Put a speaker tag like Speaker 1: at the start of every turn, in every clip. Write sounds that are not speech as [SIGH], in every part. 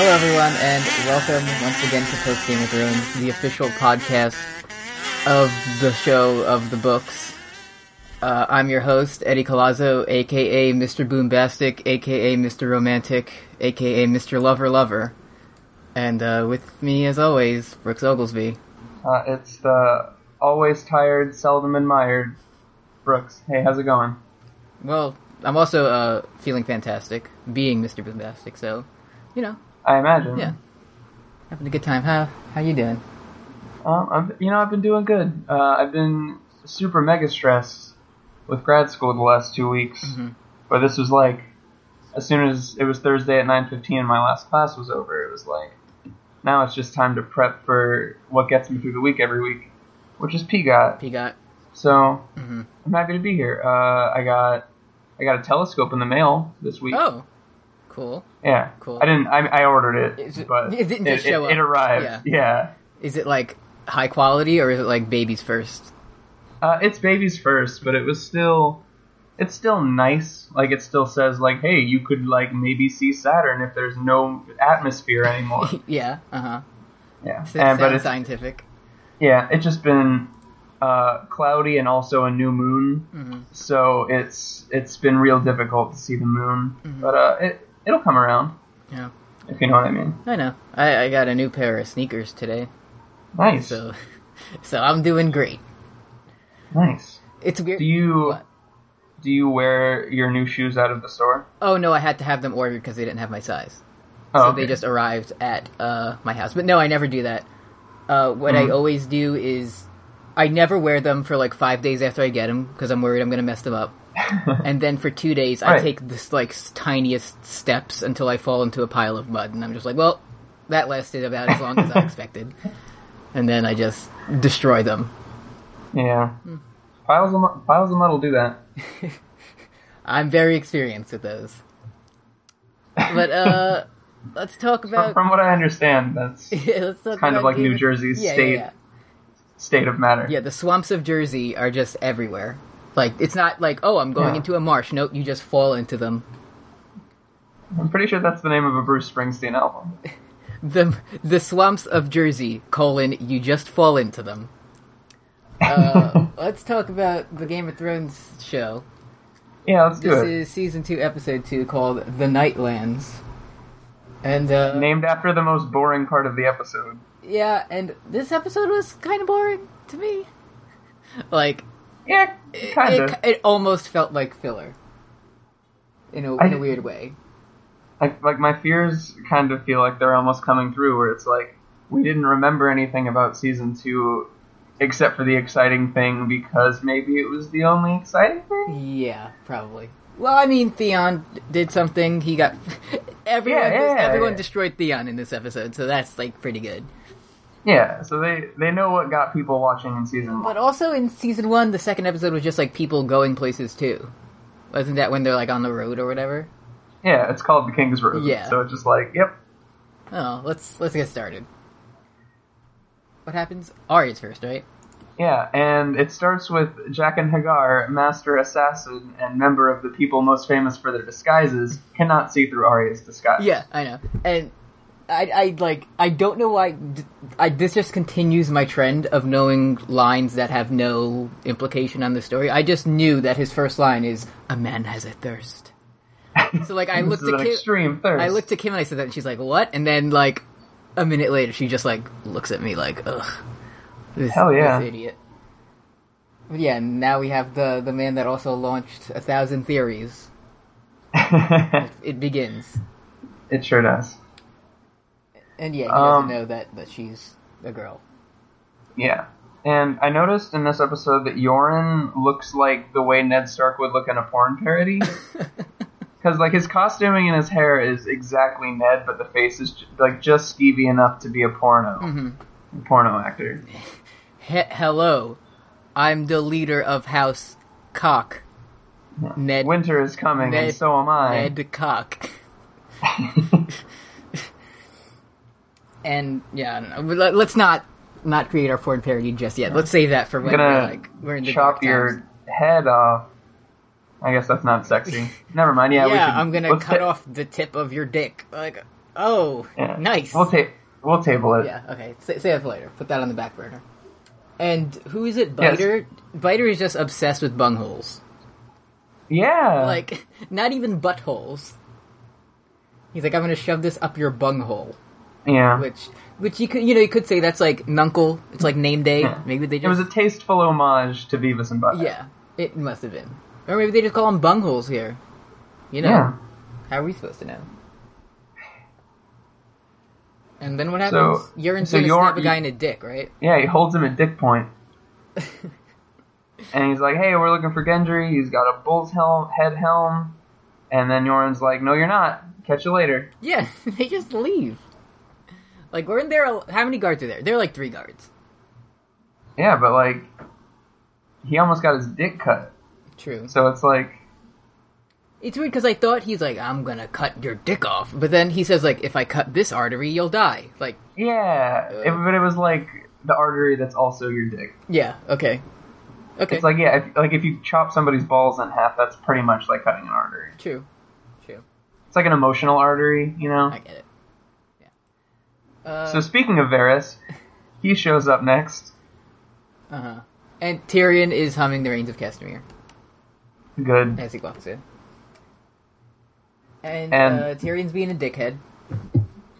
Speaker 1: everyone, and welcome once again to Post Game of Thrones, the official podcast of the show of the books. Uh, I'm your host, Eddie Colazzo, aka Mr. Boombastic, aka Mr. Romantic, aka Mr. Lover Lover. And uh, with me, as always, Brooks Oglesby.
Speaker 2: Uh, it's the always tired, seldom admired Brooks. Hey, how's it going?
Speaker 1: Well, I'm also uh, feeling fantastic, being Mr. Boombastic, so, you know,
Speaker 2: I imagine.
Speaker 1: yeah. Having a good time. How, how you doing?
Speaker 2: Um, I've, you know, I've been doing good. Uh, I've been super mega stressed with grad school the last two weeks, but this was like as soon as it was Thursday at 9:15 and my last class was over, it was like now it's just time to prep for what gets me through the week every week, which is PGOT.
Speaker 1: You got
Speaker 2: So
Speaker 1: Mhm.
Speaker 2: I'm happy to be here. Uh, I got I got a telescope in the mail this week.
Speaker 1: Oh, cool.
Speaker 2: Yeah,
Speaker 1: Cool.
Speaker 2: I didn't. I, I ordered it,
Speaker 1: Is it-
Speaker 2: but
Speaker 1: it didn't just
Speaker 2: it,
Speaker 1: show up.
Speaker 2: It arrived.
Speaker 1: Yeah.
Speaker 2: Yeah,
Speaker 1: Is it like high quality or is it like babies first? [LAUGHS]
Speaker 2: Uh, it's babies first, but it was still, it's still nice. Like it still says like, hey, you could like maybe see Saturn if there's no atmosphere
Speaker 1: [LAUGHS]
Speaker 2: anymore.
Speaker 1: yeah, uh huh.
Speaker 2: yeah, and,
Speaker 1: Sounds
Speaker 2: but it's
Speaker 1: scientific.
Speaker 2: yeah, it's just been uh, cloudy and also a new moon,
Speaker 1: hmm
Speaker 2: so it's it's been real difficult to see the moon.
Speaker 1: Mm-hmm.
Speaker 2: But uh, it it'll come around
Speaker 1: Yeah,
Speaker 2: if you know what I mean.
Speaker 1: I know. I, I got a new pair of sneakers today,
Speaker 2: Nice,
Speaker 1: so [LAUGHS] so I'm doing great.
Speaker 2: nice.
Speaker 1: It's weird.
Speaker 2: Do you
Speaker 1: What?
Speaker 2: do you wear your new shoes out of the store?
Speaker 1: Oh no, I had to have them ordered because they didn't have my size,
Speaker 2: Oh,
Speaker 1: so
Speaker 2: okay.
Speaker 1: they just arrived at uh, my house. But no, I never do that. Uh, what
Speaker 2: Mm-hmm.
Speaker 1: I always do is I never wear them for like five days after I get them because I'm worried I'm gonna mess them
Speaker 2: [LAUGHS]
Speaker 1: up. and then for two days, I
Speaker 2: Right.
Speaker 1: take this like s- tiniest steps until I fall into a pile of mud, and I'm just like, well, that lasted about as long as
Speaker 2: [LAUGHS]
Speaker 1: I expected. And then I just destroy them.
Speaker 2: yeah.
Speaker 1: Hmm.
Speaker 2: Piles of mu- piles of mud will do that.
Speaker 1: I'm very experienced at those. But
Speaker 2: [LAUGHS]
Speaker 1: uh, let's talk
Speaker 2: From,
Speaker 1: about
Speaker 2: from what I
Speaker 1: [LAUGHS]
Speaker 2: understand, that's
Speaker 1: yeah, [LAUGHS] let's talk
Speaker 2: kind of
Speaker 1: about
Speaker 2: like
Speaker 1: Game
Speaker 2: New
Speaker 1: of-
Speaker 2: Jersey's
Speaker 1: yeah,
Speaker 2: state
Speaker 1: Yeah, yeah.
Speaker 2: state of matter.
Speaker 1: Yeah, the swamps of Jersey are just everywhere. Like it's not like oh, I'm going
Speaker 2: Yeah.
Speaker 1: into a marsh. Nope, you just fall into them.
Speaker 2: I'm pretty sure that's the name of a Bruce Springsteen album.
Speaker 1: the the swamps of Jersey colon you just fall into them.
Speaker 2: [LAUGHS]
Speaker 1: Uh, let's talk about the Game of Thrones show.
Speaker 2: Yeah, let's do
Speaker 1: This
Speaker 2: it.
Speaker 1: is season two, episode two, called "The Nightlands," and uh,
Speaker 2: Named after the most boring part of the episode.
Speaker 1: yeah, and this episode was kind of boring to me. [LAUGHS] Like
Speaker 2: Yeah,
Speaker 1: it,
Speaker 2: kind of.
Speaker 1: it, it almost felt like filler in a, in
Speaker 2: I-
Speaker 1: a weird way.
Speaker 2: Like, like my fears kind of feel like they're almost coming through, where it's like we didn't remember anything about season two, except for the exciting thing because maybe it was the only exciting thing.
Speaker 1: Yeah, probably. Well, I mean, Theon did something. He got [LAUGHS] everyone.
Speaker 2: Yeah, yeah,
Speaker 1: everyone
Speaker 2: yeah.
Speaker 1: destroyed Theon in this episode, so that's like pretty good.
Speaker 2: Yeah, so they they know what got people watching in season one.
Speaker 1: But also in season one, the second episode was just like people going places too. Wasn't that when they're like on the road or whatever?
Speaker 2: Yeah, it's called the King's Road.
Speaker 1: Yeah.
Speaker 2: So it's just like, yep,
Speaker 1: Oh, let's let's get started. What happens? Arya's first, right?
Speaker 2: Yeah, and it starts with Jack and Hagar, master assassin and member of the people most famous for their disguises, cannot see through Arya's disguise.
Speaker 1: Yeah, I know. And I, I like, I don't know why. d- I this just continues my trend of knowing lines that have no implication on the story. I just knew that his first line is "A man has a
Speaker 2: [LAUGHS]
Speaker 1: thirst." So like, I
Speaker 2: This
Speaker 1: looked
Speaker 2: is
Speaker 1: at
Speaker 2: an
Speaker 1: Kim,
Speaker 2: extreme thirst.
Speaker 1: I
Speaker 2: [LAUGHS]
Speaker 1: looked at Kim and I said that, and she's like, "What?" And then like a minute later, she just like looks at me like, "Ugh, this,
Speaker 2: Hell yeah.
Speaker 1: this idiot." But yeah, and now we have the the man that also launched a thousand theories. It begins.
Speaker 2: it sure does.
Speaker 1: And yeah, he
Speaker 2: Um,
Speaker 1: doesn't know that, that she's a girl.
Speaker 2: Yeah. And I noticed in this episode that Yoren looks like the way Ned Stark would look in a porn
Speaker 1: [LAUGHS]
Speaker 2: parody. Because, like, his costuming and his hair is exactly Ned, but the face is, j- like, just skeevy enough to be a porno.
Speaker 1: Mm-hmm.
Speaker 2: Porno actor.
Speaker 1: He- hello, I'm the leader of House Cock. Ned,
Speaker 2: Winter is coming,
Speaker 1: Ned-
Speaker 2: and so am I.
Speaker 1: Ned
Speaker 2: [LAUGHS]
Speaker 1: Cock. [LAUGHS] and yeah, I don't know. But let- Let's not not create our foreign parody just yet. Let's save that for when
Speaker 2: gonna
Speaker 1: we're, like we're in the dark
Speaker 2: chop
Speaker 1: times.
Speaker 2: your head off.
Speaker 1: [LAUGHS]
Speaker 2: I guess that's not sexy. Never mind. Yeah,
Speaker 1: Yeah,
Speaker 2: we should,
Speaker 1: I'm gonna
Speaker 2: let's
Speaker 1: cut
Speaker 2: ta-
Speaker 1: off the tip of your dick. Like, Oh,
Speaker 2: Yeah.
Speaker 1: nice.
Speaker 2: We'll ta- we'll table it.
Speaker 1: Yeah, okay. Say, say that for later. Put that on the back burner. And who is it, Biter? Biter is just obsessed with bungholes.
Speaker 2: Yeah.
Speaker 1: Like, [LAUGHS] not even buttholes. He's like, I'm gonna shove this up your bunghole.
Speaker 2: yeah.
Speaker 1: Which, which you could, you know, you could say that's like Nuncle. It's like name day.
Speaker 2: Yeah.
Speaker 1: Maybe they just.
Speaker 2: It was a tasteful homage to Beavis and Butthead.
Speaker 1: yeah, it must have been. Or maybe they just call them bungholes here. You know,
Speaker 2: Yeah.
Speaker 1: how are we supposed to know? And then what
Speaker 2: So-
Speaker 1: happens? Urine's
Speaker 2: so
Speaker 1: gonna
Speaker 2: Yorin-
Speaker 1: snap a guy in a dick, right?
Speaker 2: Yeah, he holds him at dick [LAUGHS] point. and he's like, hey, we're looking for Gendry. He's got a bull's helm, head helm. And then Yoren's like, no, you're not. Catch you later.
Speaker 1: Yeah, [LAUGHS] they just leave. Like, weren't there? a- How many guards are there? There are like three guards.
Speaker 2: Yeah, but like, he almost got his dick cut.
Speaker 1: True.
Speaker 2: So it's like,
Speaker 1: It's weird because I thought he's like, I'm gonna cut your dick off, but then he says like, if I cut this artery, you'll die. Like,
Speaker 2: yeah. It, but it was like the artery that's also your dick.
Speaker 1: yeah, okay, okay,
Speaker 2: It's like, yeah, if, like if you chop somebody's balls in half, that's pretty much like cutting an artery.
Speaker 1: true, true.
Speaker 2: It's like an emotional artery, you know?
Speaker 1: I get it. Yeah. Uh
Speaker 2: So speaking of Varys, he shows up next.
Speaker 1: huh. uh-huh. And Tyrion is humming the reigns of Castamere
Speaker 2: Good.
Speaker 1: as he walks in. And,
Speaker 2: And-
Speaker 1: uh, Tyrion's being a dickhead.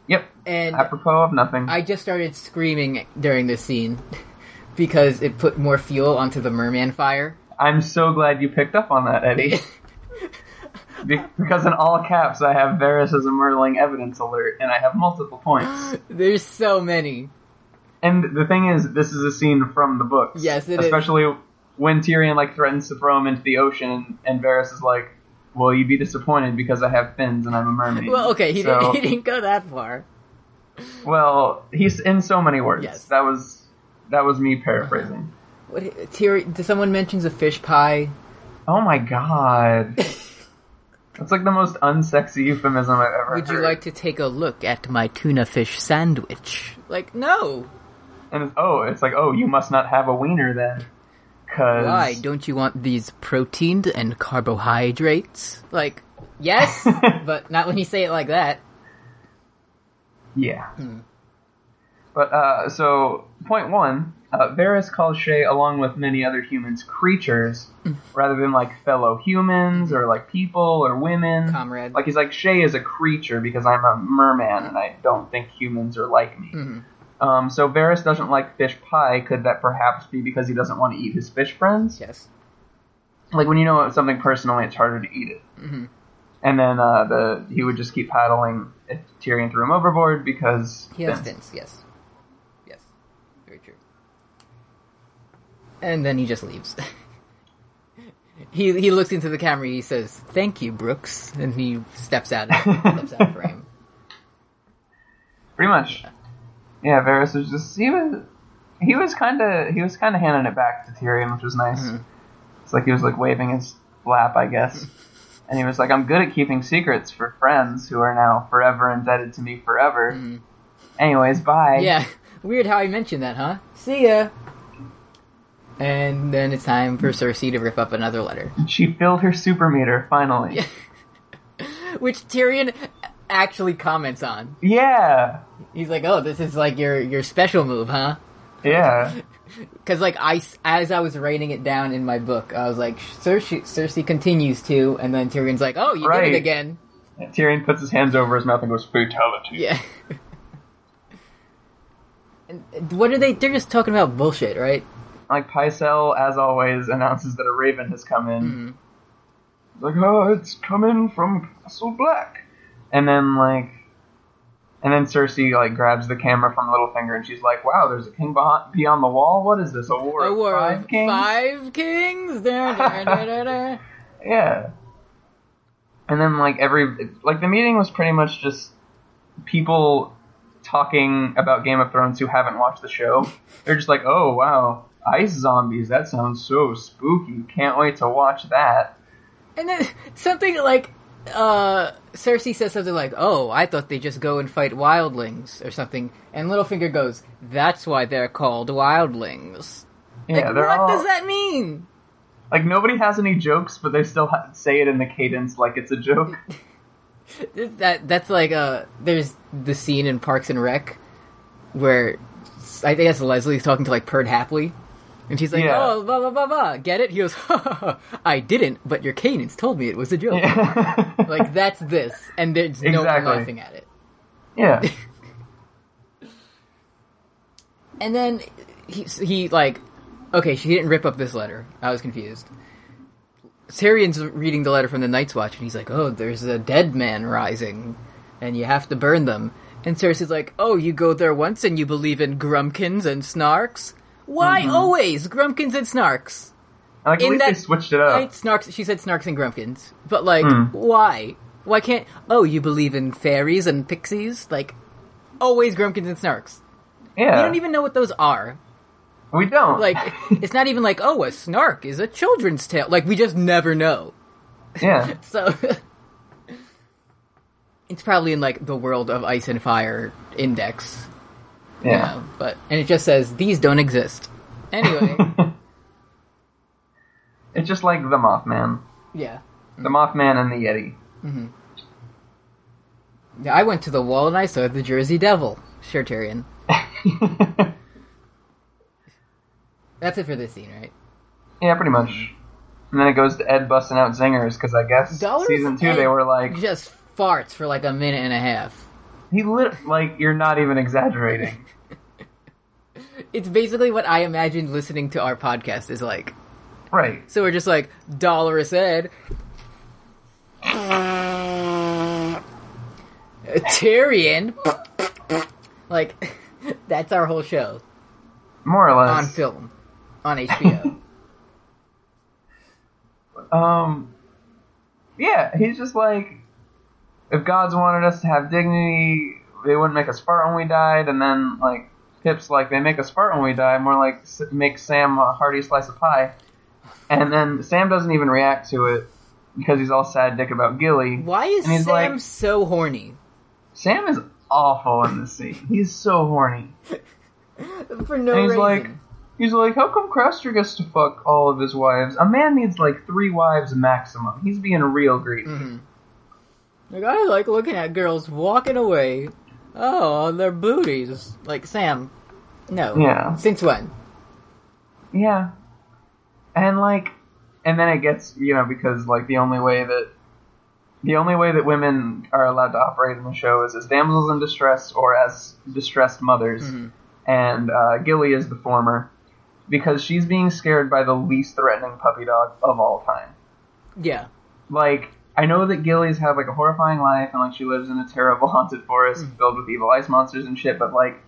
Speaker 2: Yep.
Speaker 1: And
Speaker 2: Apropos of nothing.
Speaker 1: I just started screaming during this scene [LAUGHS] because it put more fuel onto the merman fire.
Speaker 2: I'm so glad you picked up on
Speaker 1: [LAUGHS]
Speaker 2: that, Eddie. Be- because in all caps, I have Varys as a murderling evidence alert, and I have multiple
Speaker 1: [GASPS]
Speaker 2: points.
Speaker 1: There's so many.
Speaker 2: And the thing is, this is a scene from the books.
Speaker 1: Yes, it is.
Speaker 2: especially when Tyrion like threatens to throw him into the ocean, and Varys is like, "Well, you'd be disappointed because I have fins and I'm a mermaid."
Speaker 1: Well, okay, he,
Speaker 2: So-
Speaker 1: didn't, he didn't go that far.
Speaker 2: Well, he's in so many words.
Speaker 1: Yes.
Speaker 2: That was that was me paraphrasing.
Speaker 1: What, Tyrion, did someone mentions a fish pie?
Speaker 2: Oh
Speaker 1: [LAUGHS]
Speaker 2: my god. That's like the most unsexy euphemism I've ever
Speaker 1: Would you
Speaker 2: heard.
Speaker 1: like to take a look at my tuna fish sandwich? Like, no.
Speaker 2: And it's, oh, it's like, oh, you must not have a wiener then. Cause
Speaker 1: Why? Don't you want these proteins and carbohydrates? Like, yes, but not when you say it like that.
Speaker 2: yeah.
Speaker 1: Hmm.
Speaker 2: But uh, so point one, uh, Varys calls Shay along with many other humans creatures,
Speaker 1: Hmm.
Speaker 2: rather than like fellow humans or like people or women.
Speaker 1: Comrade.
Speaker 2: Like he's like Shay is a creature because I'm a merman and I don't think humans are like me.
Speaker 1: Hmm.
Speaker 2: Um, so Varys doesn't like fish pie. Could that perhaps be because he doesn't want to eat his fish friends?
Speaker 1: Yes.
Speaker 2: like when you know something personally, it's harder to eat it.
Speaker 1: Mm-hmm.
Speaker 2: And then uh, the he would just keep paddling if Tyrion threw him overboard because
Speaker 1: He has fins,
Speaker 2: Vince.
Speaker 1: yes. Yes. Very true. And then he just leaves. [LAUGHS] he he looks into the camera, he says, Thank you, Brooks. And he steps out of, steps out of frame.
Speaker 2: pretty much. Yeah, Varys was just he was he was kind of he was kind of handing it back to Tyrion, which was nice. It's like he was like waving his lap, I guess. And he was like, "I'm good at keeping secrets for friends who are now forever indebted to me forever." Anyways, bye.
Speaker 1: Yeah, weird how I mentioned that, huh? See ya. And then it's time for Cersei to rip up another letter,
Speaker 2: She filled her super meter finally.
Speaker 1: which Tyrion actually comments on.
Speaker 2: Yeah.
Speaker 1: He's like, "Oh, this is like your your special move, huh?"
Speaker 2: Yeah.
Speaker 1: Because like I s- as I was writing it down in my book, I was like, "Cersei, Cersei continues to," and then Tyrion's like, "Oh, you did
Speaker 2: Right.
Speaker 1: it again." [LAUGHS]
Speaker 2: And Tyrion puts his hands over his mouth and goes, Fatality.
Speaker 1: Yeah. and and what are they? They're just talking about bullshit, right?
Speaker 2: Like, Pycelle, as always, announces that a raven has come in.
Speaker 1: Mm-hmm.
Speaker 2: Like, oh, it's coming from Castle Black. And then, like, and then Cersei, like, grabs the camera from Littlefinger and she's like, wow, there's a king behind, beyond the wall? What is this? A war,
Speaker 1: A war
Speaker 2: of five
Speaker 1: of
Speaker 2: kings?
Speaker 1: five kings. Da, da, da, da, da.
Speaker 2: Yeah. And then, like, every, like, the meeting was pretty much just people talking about Game of Thrones who haven't watched the show. They're just like, oh, wow, ice zombies, that sounds so spooky. Can't wait to watch that.
Speaker 1: [LAUGHS] And then something like uh Cersei says something like, "Oh, I thought they just go and fight wildlings or something." And Littlefinger goes, "That's why they're called wildlings."
Speaker 2: Yeah,
Speaker 1: like,
Speaker 2: they're
Speaker 1: what
Speaker 2: all,
Speaker 1: does that mean?
Speaker 2: like, nobody has any jokes, but they still ha- say it in the cadence like it's a joke. [LAUGHS]
Speaker 1: that that's like uh there's the scene in Parks and Rec where I think that's Leslie's talking to like Perd Hapley. And she's like,
Speaker 2: Yeah.
Speaker 1: "Oh, blah blah blah blah." Get it? He goes, [LAUGHS] ha, ha, ha, "I didn't, but your cadence told me it was a joke." Like that's this, and there's no one
Speaker 2: Exactly.
Speaker 1: laughing at it.
Speaker 2: yeah.
Speaker 1: And then he he like, okay, she didn't rip up this letter. I was confused. Tyrion's reading the letter from the Night's Watch, and he's like, "Oh, there's a dead man rising, and you have to burn them." And Cersei's like, "Oh, you go there once, and you believe in Grumpkins and Snarks? Why always Grumpkins and Snarks?
Speaker 2: Like,
Speaker 1: In
Speaker 2: at least
Speaker 1: that-
Speaker 2: they switched it up.
Speaker 1: Right? Snarks. She said Snarks and Grumpkins, but like, why? Why can't? Oh, you believe in fairies and pixies? Like, always Grumpkins and Snarks.
Speaker 2: yeah.
Speaker 1: You don't even know what those are.
Speaker 2: we don't.
Speaker 1: Like, it's not even like, oh, a snark is a children's tale. Like, we just never know.
Speaker 2: yeah.
Speaker 1: So, [LAUGHS] it's probably in, like, the World of Ice and Fire index. you
Speaker 2: Yeah.
Speaker 1: [LAUGHS]
Speaker 2: [LAUGHS]
Speaker 1: know, but, and it just says, these don't exist. Anyway,
Speaker 2: It's just like the Mothman.
Speaker 1: yeah.
Speaker 2: The Mothman and the
Speaker 1: [LAUGHS]
Speaker 2: Yeti.
Speaker 1: Yeah, I went to the wall and I saw the Jersey Devil. Sure, Tyrion. That's it for this scene, right?
Speaker 2: Yeah, pretty much. And then it goes to Ed busting out zingers because I guess
Speaker 1: That was
Speaker 2: season two
Speaker 1: Ed.
Speaker 2: they were like
Speaker 1: Just farts for, like, a minute and a half.
Speaker 2: he lit like you're not
Speaker 1: [LAUGHS]
Speaker 2: even exaggerating.
Speaker 1: It's basically what I imagined listening to our podcast is like.
Speaker 2: right.
Speaker 1: So we're just like, Dollarus Ed. Tyrion. like, [LAUGHS] that's our whole show
Speaker 2: More or
Speaker 1: on
Speaker 2: less.
Speaker 1: film, on
Speaker 2: [LAUGHS]
Speaker 1: HBO.
Speaker 2: Um, yeah, he's just like, if gods wanted us to have dignity, they wouldn't make us fart when we died. And then like, Pip's like, they make us fart when we die. More like, s- make Sam a hearty slice of pie. And then Sam doesn't even react to it because he's all sad dick about Gilly.
Speaker 1: Why is
Speaker 2: And he's
Speaker 1: Sam
Speaker 2: like-
Speaker 1: so horny?
Speaker 2: Sam is awful in this scene. He's so horny.
Speaker 1: For no
Speaker 2: And he's
Speaker 1: reason.
Speaker 2: like, he's like, how come Craster gets to fuck all of his wives? A man needs like three wives maximum. He's being real greedy.
Speaker 1: Like, I like looking at girls walking away. Oh, on their booties. Like, Sam. No.
Speaker 2: Yeah.
Speaker 1: Since when?
Speaker 2: Yeah. And like and then it gets you know, because like the only way that the only way that women are allowed to operate in the show is as damsels in distress or as distressed mothers. And uh, Gilly is the former because she's being scared by the least threatening puppy dog of all time.
Speaker 1: Yeah.
Speaker 2: Like, I know that Gillies have like a horrifying life and like she lives in a terrible [LAUGHS] haunted forest filled with evil ice monsters and shit, but like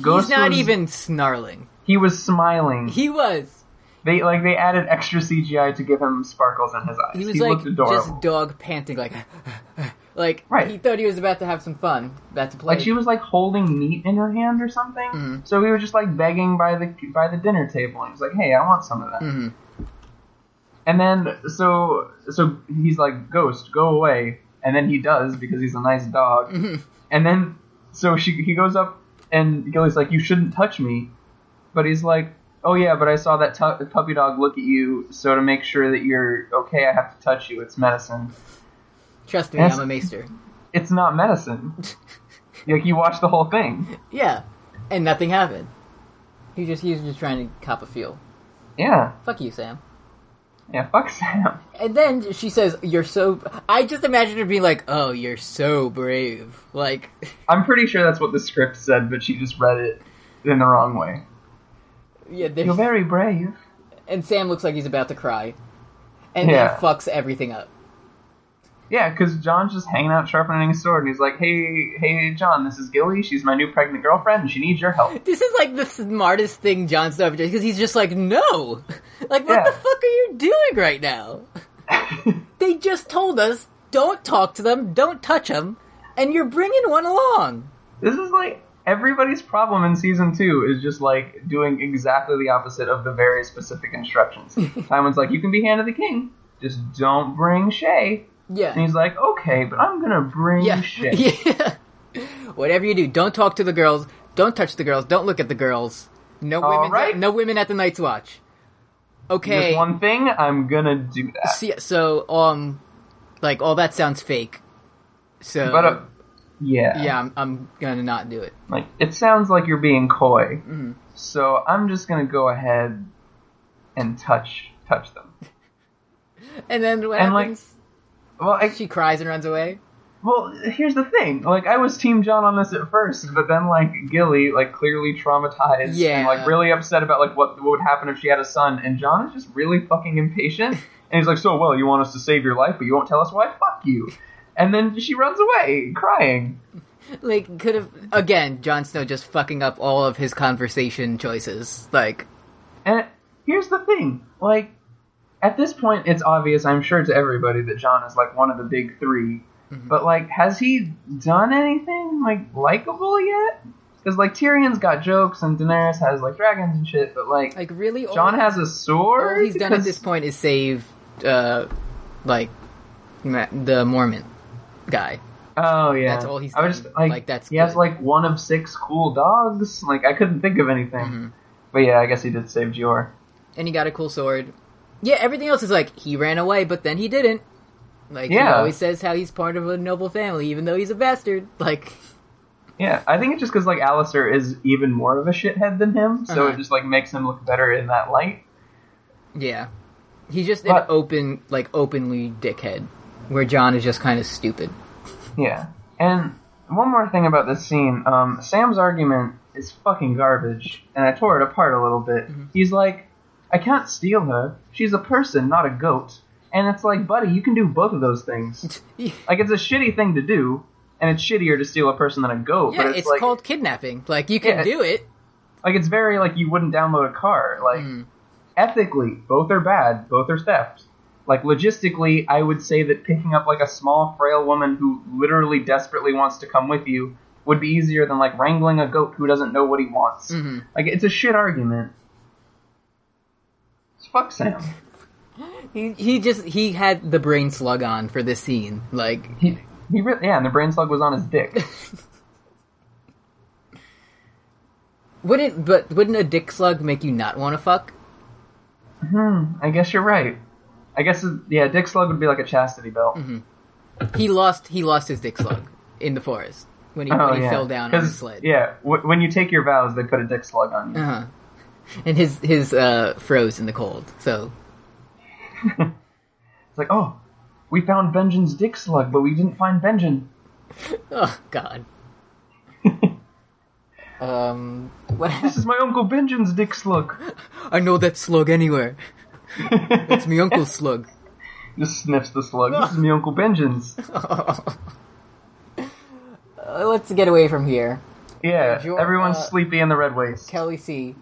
Speaker 2: Ghost
Speaker 1: Hmm. he's not
Speaker 2: was-
Speaker 1: even snarling.
Speaker 2: he was smiling.
Speaker 1: He was.
Speaker 2: They like they added extra CGI to give him sparkles in his eyes.
Speaker 1: He was
Speaker 2: looked
Speaker 1: like
Speaker 2: adorable.
Speaker 1: just dog panting, like [LAUGHS] like
Speaker 2: Right.
Speaker 1: he thought he was about to have some fun. That's a play.
Speaker 2: like she was like holding meat in her hand or something. So we were just like begging by the by the dinner table. And he was like, "Hey, I want some of that."
Speaker 1: Mhm.
Speaker 2: And then so so he's like, "Ghost, go away." And then he does because he's a nice dog. And then so she he goes up and Gilly's like, "You shouldn't touch me," but he's like. Oh yeah, but I saw that tu- puppy dog look at you. So to make sure that you're okay, I have to touch you. It's medicine.
Speaker 1: Trust me,
Speaker 2: That's-
Speaker 1: I'm a maester.
Speaker 2: it's not medicine. like you watch the whole thing.
Speaker 1: Yeah, and nothing happened. He just he was just trying to cop a feel.
Speaker 2: Yeah.
Speaker 1: Fuck you, Sam.
Speaker 2: Yeah, fuck Sam.
Speaker 1: And then she says, "You're so." I just imagined her being like, "Oh, you're so brave." Like, [LAUGHS]
Speaker 2: I'm pretty sure that's what the script said, but she just read it in the wrong way.
Speaker 1: yeah,
Speaker 2: You're
Speaker 1: there's,
Speaker 2: very brave.
Speaker 1: and Sam looks like he's about to cry, and
Speaker 2: Yeah.
Speaker 1: that fucks everything up.
Speaker 2: Yeah, because John's just hanging out sharpening his sword, and he's like, "Hey, hey, John, this is Gilly. She's my new pregnant girlfriend, and she needs your [LAUGHS] help."
Speaker 1: This is like the smartest thing Jon Snow ever did because he's just like, no, [LAUGHS] like what the
Speaker 2: Yeah.
Speaker 1: fuck are you doing right
Speaker 2: [LAUGHS]
Speaker 1: now? they just told us don't talk to them, don't touch them, and you're bringing one along.
Speaker 2: This is like everybody's problem in season two is just like doing exactly the opposite of the very specific [LAUGHS] instructions. Tywin's like, "You can be hand of the king, just don't bring Shay." And
Speaker 1: Yeah,
Speaker 2: he's like, "Okay, but I'm gonna bring
Speaker 1: [LAUGHS] yeah,
Speaker 2: [LAUGHS] Shay."
Speaker 1: yeah. Whatever you do, don't talk to the girls, don't touch the girls, don't look at the girls. No
Speaker 2: All
Speaker 1: women,
Speaker 2: right.
Speaker 1: no women at the Night's Watch. Okay,
Speaker 2: Just one thing, I'm gonna do that.
Speaker 1: See- so um, like all that sounds fake. So
Speaker 2: But uh, yeah,
Speaker 1: yeah, I'm, I'm gonna not do it.
Speaker 2: Like it sounds like you're being coy.
Speaker 1: Mhm.
Speaker 2: So I'm just gonna go ahead and touch touch them.
Speaker 1: And then what
Speaker 2: And, like,
Speaker 1: happens?
Speaker 2: Well, I,
Speaker 1: she cries and runs away.
Speaker 2: Well, here's the thing. Like, I was Team John on this at first, but then like Gilly, like clearly traumatized
Speaker 1: Yeah.
Speaker 2: and like really upset about like what, what would happen if she had a son. And John is just really fucking impatient, and he's like, "So well, you want us to save your life, but you won't tell us why? Fuck you!" And then she runs away crying.
Speaker 1: Like could have again, Jon Snow just fucking up all of his conversation choices. Like
Speaker 2: And here's the thing. Like, at this point, it's obvious, I'm sure, to everybody that John is like one of the big 3
Speaker 1: Mm-hmm.
Speaker 2: But like, has he done anything like likable yet? Because like Tyrion's got jokes and Daenerys has like dragons and shit, but like,
Speaker 1: like really all-
Speaker 2: John has a sword.
Speaker 1: all he's done at this
Speaker 2: Because-
Speaker 1: point is save uh like Ma- the Mormon guy.
Speaker 2: Oh yeah,
Speaker 1: That's all he's
Speaker 2: I was
Speaker 1: done.
Speaker 2: just like,
Speaker 1: Like, that's
Speaker 2: he has
Speaker 1: good.
Speaker 2: like one of six cool dogs. Like I couldn't think of anything.
Speaker 1: Mm-hmm.
Speaker 2: But yeah, I guess he did save Gior.
Speaker 1: and he got a cool sword. Yeah, everything else is like he ran away, but then he didn't. Like he
Speaker 2: Yeah.
Speaker 1: always says how he's part of a noble family, even though he's a bastard. Like
Speaker 2: Yeah, I think it's just because like Alistair is even more of a shithead than him, so
Speaker 1: Uh-huh.
Speaker 2: it just like makes him look better in that light.
Speaker 1: yeah, he's just an
Speaker 2: But-
Speaker 1: open, like openly dickhead, where John is just kind of stupid.
Speaker 2: Yeah, and one more thing about this scene, um, Sam's argument is fucking garbage, and I tore it apart a little bit.
Speaker 1: Mm-hmm.
Speaker 2: He's like, "I can't steal her. She's a person, not a goat." And it's like, buddy, you can do both of those
Speaker 1: [LAUGHS]
Speaker 2: things.
Speaker 1: yeah,
Speaker 2: Like, it's a shitty thing to do, and it's shittier to steal a person than a goat. but
Speaker 1: it's,
Speaker 2: it's, like,
Speaker 1: called kidnapping. Like you can
Speaker 2: Yeah.
Speaker 1: do it.
Speaker 2: like it's very like you wouldn't download a car like
Speaker 1: Hmm.
Speaker 2: ethically both are bad both are theft like logistically i would say that picking up like a small frail woman who literally desperately wants to come with you would be easier than like wrangling a goat who doesn't know what he wants
Speaker 1: Mhm.
Speaker 2: like it's a shit argument fuck sam
Speaker 1: He he just he had the brain slug on for this scene. Like
Speaker 2: he, he re- yeah and the brain slug was on his
Speaker 1: [LAUGHS]
Speaker 2: dick
Speaker 1: wouldn't but wouldn't a dick slug make you not want to fuck?
Speaker 2: i guess you're right i guess it- yeah dick slug would be like a chastity belt
Speaker 1: Mm-hmm. [LAUGHS] He lost he lost his dick slug in the forest when he, when he fell down on
Speaker 2: Oh, 'Cause,
Speaker 1: his sled.
Speaker 2: Yeah, w- when you take your vows, they put a dick slug on you.
Speaker 1: Uh-huh. And his his uh froze in the cold. So
Speaker 2: It's like, oh, we found Benjamin's dick slug, but we didn't find Benjamin.
Speaker 1: oh [LAUGHS] god. um [LAUGHS] what
Speaker 2: This is my uncle Benjamin's dick slug.
Speaker 1: I know that slug [LAUGHS] anywhere. It's me uncle's slug.
Speaker 2: Just sniffs the slug. This is my uncle Benjamin's.
Speaker 1: Uh, let's get away from here.
Speaker 2: Yeah,
Speaker 1: Your,
Speaker 2: everyone's
Speaker 1: uh,
Speaker 2: sleepy in the red waste.
Speaker 1: Kelly C.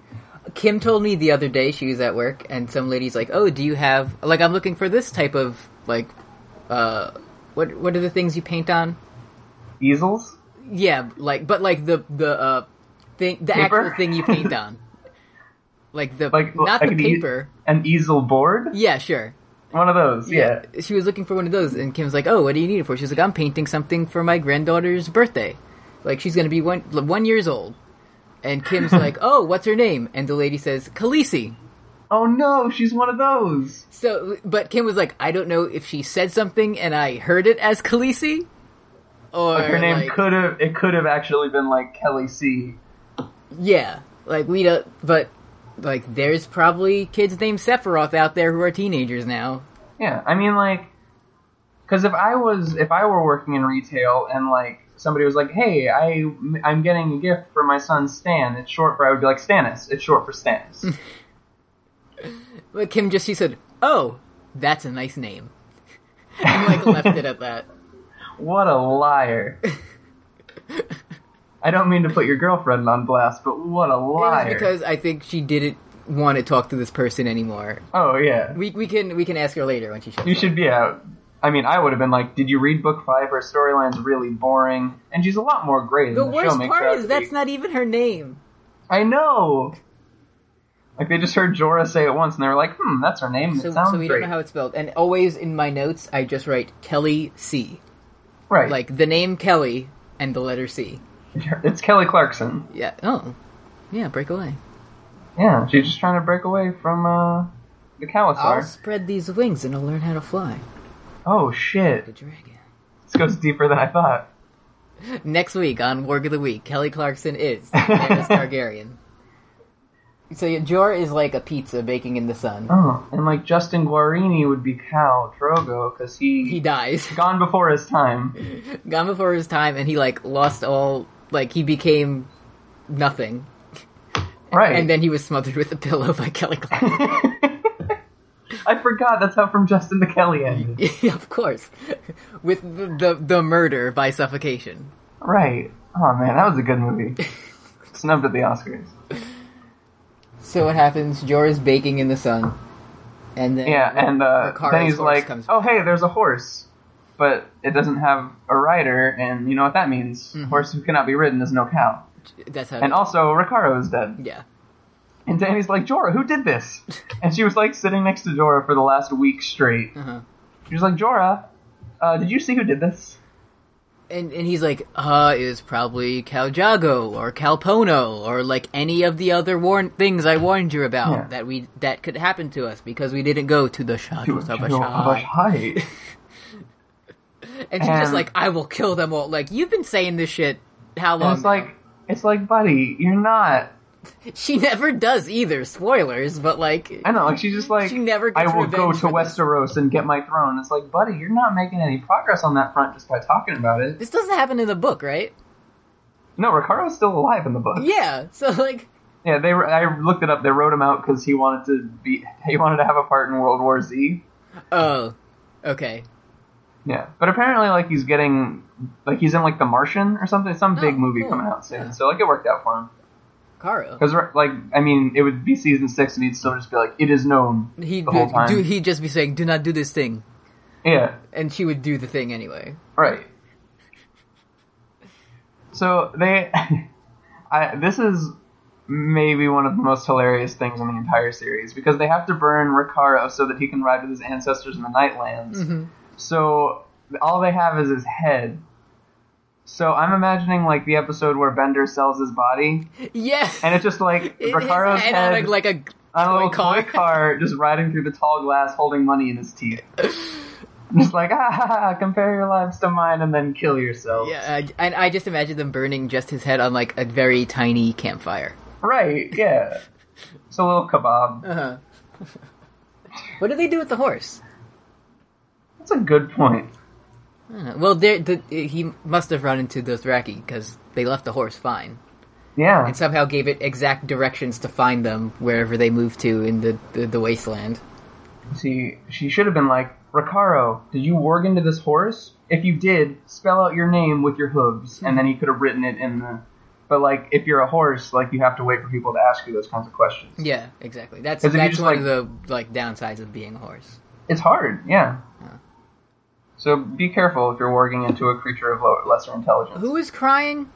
Speaker 1: Kim told me the other day she was at work and some lady's like, "Oh, do you have like I'm looking for this type of like uh what what are the things you paint on?"
Speaker 2: Easels?
Speaker 1: Yeah, like but like the the uh thing the
Speaker 2: Paper?
Speaker 1: actual thing you paint
Speaker 2: [LAUGHS]
Speaker 1: on. like the
Speaker 2: Like
Speaker 1: not
Speaker 2: like
Speaker 1: the
Speaker 2: an e-
Speaker 1: paper.
Speaker 2: an easel board?
Speaker 1: yeah, sure.
Speaker 2: One of those. Yeah.
Speaker 1: She was looking for one of those and Kim's like, "Oh, what do you need it for?" She's like, "I'm painting something for my granddaughter's birthday." Like she's going to be 1 1 years old. And
Speaker 2: [LAUGHS]
Speaker 1: Kim's like, "Oh, what's her name?" And the lady says, "Khaleesi."
Speaker 2: Oh no, she's one of those.
Speaker 1: So, but Kim was like, "I don't know if she said something and I heard it as Khaleesi." Or
Speaker 2: Like her name
Speaker 1: like-
Speaker 2: could have it could have actually been like Kelly C.
Speaker 1: Yeah, like we don't. But like, there's probably kids named Sephiroth out there who are teenagers now.
Speaker 2: Yeah, I mean, like, because if I was if I were working in retail and like somebody was like, "Hey, I I'm getting a gift for my son Stan. It's short for," I would be like, "Stannis." It's short for Stannis.
Speaker 1: But Kim just she said, "Oh, that's a nice name," [LAUGHS] and like left it at that.
Speaker 2: what
Speaker 1: [LAUGHS]
Speaker 2: a liar! I don't mean to put your girlfriend on blast, but what a
Speaker 1: It was
Speaker 2: liar!
Speaker 1: because I think she didn't want to talk to this person anymore.
Speaker 2: oh yeah,
Speaker 1: We we can we can ask her later when she shows.
Speaker 2: you
Speaker 1: up.
Speaker 2: should be out. I mean, I would have been like, "Did you read book five? Her storyline's really boring, and she's a lot more gray." Than
Speaker 1: The
Speaker 2: the, show
Speaker 1: worst
Speaker 2: makes her out
Speaker 1: part is
Speaker 2: to
Speaker 1: that's
Speaker 2: be.
Speaker 1: not even her name.
Speaker 2: I know. Like they just heard Jorah say it once, and they were like, "Hmm, that's her name.
Speaker 1: So,
Speaker 2: it sounds
Speaker 1: so we
Speaker 2: great."
Speaker 1: don't know how it's spelled. And always in my notes, I just write Kelly C.
Speaker 2: right? Like
Speaker 1: Like the name Kelly and the letter C.
Speaker 2: [LAUGHS] it's Kelly Clarkson.
Speaker 1: Yeah. Oh. Yeah, break away.
Speaker 2: Yeah, she's just trying to break away from uh, the
Speaker 1: I'll
Speaker 2: Kalasar.
Speaker 1: spread these wings and I'll learn how to fly.
Speaker 2: Oh shit!
Speaker 1: The dragon.
Speaker 2: This goes deeper than I thought.
Speaker 1: Next week on Warg of the Week, Kelly Clarkson
Speaker 2: [LAUGHS]
Speaker 1: is Daenerys Targaryen. So yeah, Jor is like a pizza baking in the sun.
Speaker 2: Oh, and like Justin Guarini would be Cal Drogo because he
Speaker 1: He dies,
Speaker 2: gone before his time.
Speaker 1: gone before his time, and he like lost all. Like he became nothing,
Speaker 2: Right.
Speaker 1: and then he was smothered with a pillow by Kelly Clarkson.
Speaker 2: I forgot that's how from Justin to Kelly ended.
Speaker 1: Yeah, [LAUGHS] of course, with the, the the murder by suffocation.
Speaker 2: Right. Oh man, that was a
Speaker 1: [LAUGHS]
Speaker 2: good movie. Snubbed at the Oscars.
Speaker 1: So what happens? Jor is baking in the sun, and then
Speaker 2: Yeah, and uh,
Speaker 1: Ricari's
Speaker 2: then he's
Speaker 1: horse
Speaker 2: like,
Speaker 1: comes-
Speaker 2: "Oh hey, there's a horse, but it doesn't have a rider, and you know what that means?
Speaker 1: Mm-hmm.
Speaker 2: Horse who cannot be ridden is no cow."
Speaker 1: that's how.
Speaker 2: And also, Ricaro is dead.
Speaker 1: yeah,
Speaker 2: And Danny's like, Jorah, who did this? And she was like sitting next to Jorah for the last week straight.
Speaker 1: uh-huh.
Speaker 2: She was like, Jorah, uh, did you see who did this?
Speaker 1: and and he's like, "Uh, is probably Caljago or Calpono or like any of the other warn things I warned you about
Speaker 2: Yeah.
Speaker 1: that we that could happen to us because we didn't go to the shadows of a
Speaker 2: Jorah
Speaker 1: shah."
Speaker 2: Abashai.
Speaker 1: And she's just
Speaker 2: And-
Speaker 1: like, "I will kill them all." Like you've been saying this shit how
Speaker 2: And
Speaker 1: long?
Speaker 2: it's like, it's like, buddy, you're not.
Speaker 1: now?" [LAUGHS] she never does either. Spoilers, but like,
Speaker 2: I know, like she's just like,
Speaker 1: She never gets
Speaker 2: I will go
Speaker 1: revenge
Speaker 2: to
Speaker 1: for this.
Speaker 2: Westeros and get my throne. It's like, buddy, you're not making any progress on that front just by talking about it.
Speaker 1: this doesn't happen in the book,
Speaker 2: [LAUGHS]
Speaker 1: right?
Speaker 2: No, Ricardo's still alive in the book.
Speaker 1: Yeah. So like,
Speaker 2: Yeah, they. were- I looked it up. They wrote him out because he wanted to be. [LAUGHS] He wanted to have a part in World War Z.
Speaker 1: oh, okay.
Speaker 2: Yeah, but apparently, like he's getting, like he's in like The Martian or something, some big
Speaker 1: Oh,
Speaker 2: movie
Speaker 1: cool.
Speaker 2: coming out soon.
Speaker 1: Yeah.
Speaker 2: So like it worked out for him
Speaker 1: Caro.
Speaker 2: because like I mean, it would be season six, and he'd still just be like, it is known
Speaker 1: He'd
Speaker 2: the whole
Speaker 1: do-
Speaker 2: time.
Speaker 1: do, he'd just be saying, "Do not do this thing,"
Speaker 2: yeah,
Speaker 1: and she would do the thing anyway. [LAUGHS]
Speaker 2: right. So they, [LAUGHS] I this is maybe one of the most hilarious things in the entire series because they have to burn Ricaro so that he can ride with his ancestors in the Nightlands.
Speaker 1: Mm-hmm.
Speaker 2: So all they have is his head. So I'm imagining like the episode where Bender sells his body,
Speaker 1: Yeah.
Speaker 2: and it's just like
Speaker 1: [LAUGHS] It-
Speaker 2: Ricardo's
Speaker 1: his head on
Speaker 2: head
Speaker 1: a, like a
Speaker 2: on a little
Speaker 1: toy
Speaker 2: toy car, just riding through the tall glass, holding money in his teeth. just like ah, ha, ha, compare your lives to mine, and then kill yourself.
Speaker 1: [LAUGHS] Yeah, I, and I just imagine them burning just his head on like a very tiny campfire.
Speaker 2: Right? Yeah. It's a little kebab.
Speaker 1: Uh-huh. what do they do with the horse?
Speaker 2: That's a good point.
Speaker 1: I don't know. Uh, Well, there- the, he must have run into Dothraki because they left the horse fine
Speaker 2: Yeah.
Speaker 1: and somehow gave it exact directions to find them wherever they moved to in the the, the wasteland.
Speaker 2: See, she should have been like, Ricaro, did you warg into this horse? If you did, spell out your name with your hooves, and then he could have written it in the. But like, if you're a horse, like you have to wait for people to ask you those kinds of questions.
Speaker 1: Yeah, exactly. That's
Speaker 2: 'Cause if you
Speaker 1: that's
Speaker 2: just,
Speaker 1: one of the like downsides of being a horse.
Speaker 2: It's hard, yeah. So be careful if you're warging into a creature of lower, lesser intelligence.
Speaker 1: Who was crying?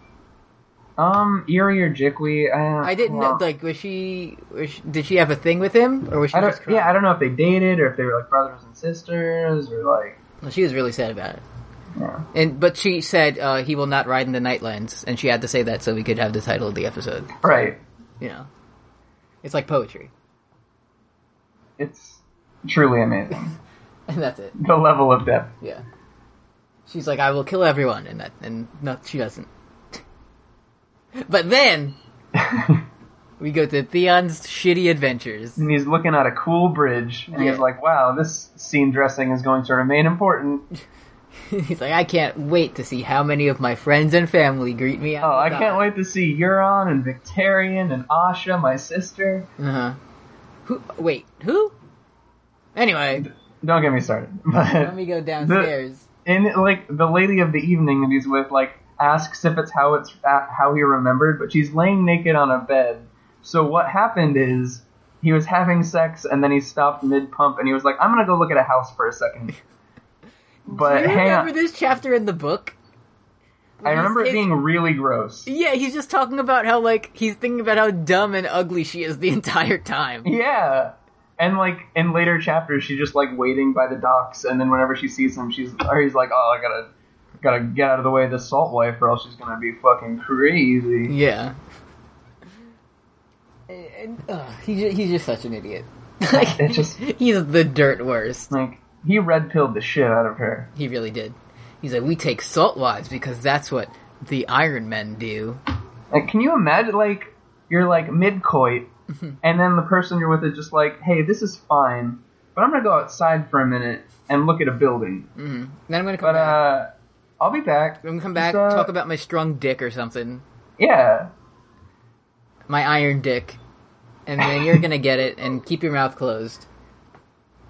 Speaker 2: Um, Eerie or Jiggly, I,
Speaker 1: I didn't know.
Speaker 2: well,
Speaker 1: Like, was she, was she? Did she have a thing with him, or was she
Speaker 2: I don't,
Speaker 1: just crying?
Speaker 2: yeah, I don't know if they dated or if they were like brothers and sisters or like.
Speaker 1: Well, she was really sad about it.
Speaker 2: Yeah.
Speaker 1: And but she said uh, he will not ride in the Nightlands, and she had to say that so we could have the title of the episode.
Speaker 2: Right.
Speaker 1: You know, it's like poetry, [LAUGHS]
Speaker 2: It's truly amazing.
Speaker 1: and that's it.
Speaker 2: the [LAUGHS] level of depth.
Speaker 1: Yeah. She's like, I will kill everyone, and that, and no, she doesn't. [LAUGHS] but then we go to Theon's shitty adventures. [LAUGHS]
Speaker 2: and he's looking at a cool bridge, and
Speaker 1: Yeah.
Speaker 2: he's like, "Wow, this scene dressing is going to
Speaker 1: [LAUGHS]
Speaker 2: remain important."
Speaker 1: He's like, I can't wait to see how many of my friends and family greet me.
Speaker 2: Oh, I can't wait to see Euron and Victarion and Asha, my sister.
Speaker 1: Uh huh. Who? Wait, who? Anyway,
Speaker 2: Don't get me started. [LAUGHS]
Speaker 1: let me
Speaker 2: But
Speaker 1: go downstairs.
Speaker 2: and like the lady of the evening that he's with, like asks if it's how it's uh, how he remembered, but she's laying naked on a bed. So what happened is he was having sex, and then he stopped mid pump, and he was like, "I'm gonna go look at a house for a second. But
Speaker 1: Do you
Speaker 2: hang on,
Speaker 1: remember this chapter in the book?
Speaker 2: I remember it
Speaker 1: It's-
Speaker 2: being really gross.
Speaker 1: Yeah, he's just talking about how like he's thinking about how dumb and ugly she is the [LAUGHS] entire time.
Speaker 2: Yeah. And like in later chapters, she's just like waiting by the docks, and then whenever she sees him, she's or he's like, "Oh, I gotta, gotta get out of the way of this salt wife, or else she's gonna be fucking crazy."
Speaker 1: Yeah. And, uh, he ju- he's just such an idiot. [LAUGHS] like
Speaker 2: It just-
Speaker 1: he's the dirt worst.
Speaker 2: Like he red pilled the shit out of her.
Speaker 1: He really did. He's like, we take salt wives because that's what the Iron Men do.
Speaker 2: Like, can you imagine, like, you're,
Speaker 1: [LAUGHS]
Speaker 2: like, mid-coit, and then the person you're with is just like, hey, this is fine, but I'm gonna go outside for a minute and look at a building.
Speaker 1: Then I'm gonna come
Speaker 2: But,
Speaker 1: back.
Speaker 2: uh, I'll be back.
Speaker 1: I'm gonna come back,
Speaker 2: Just, uh,
Speaker 1: talk about my strong dick or something,
Speaker 2: Yeah.
Speaker 1: my iron dick, and then you're gonna get it and keep your mouth closed.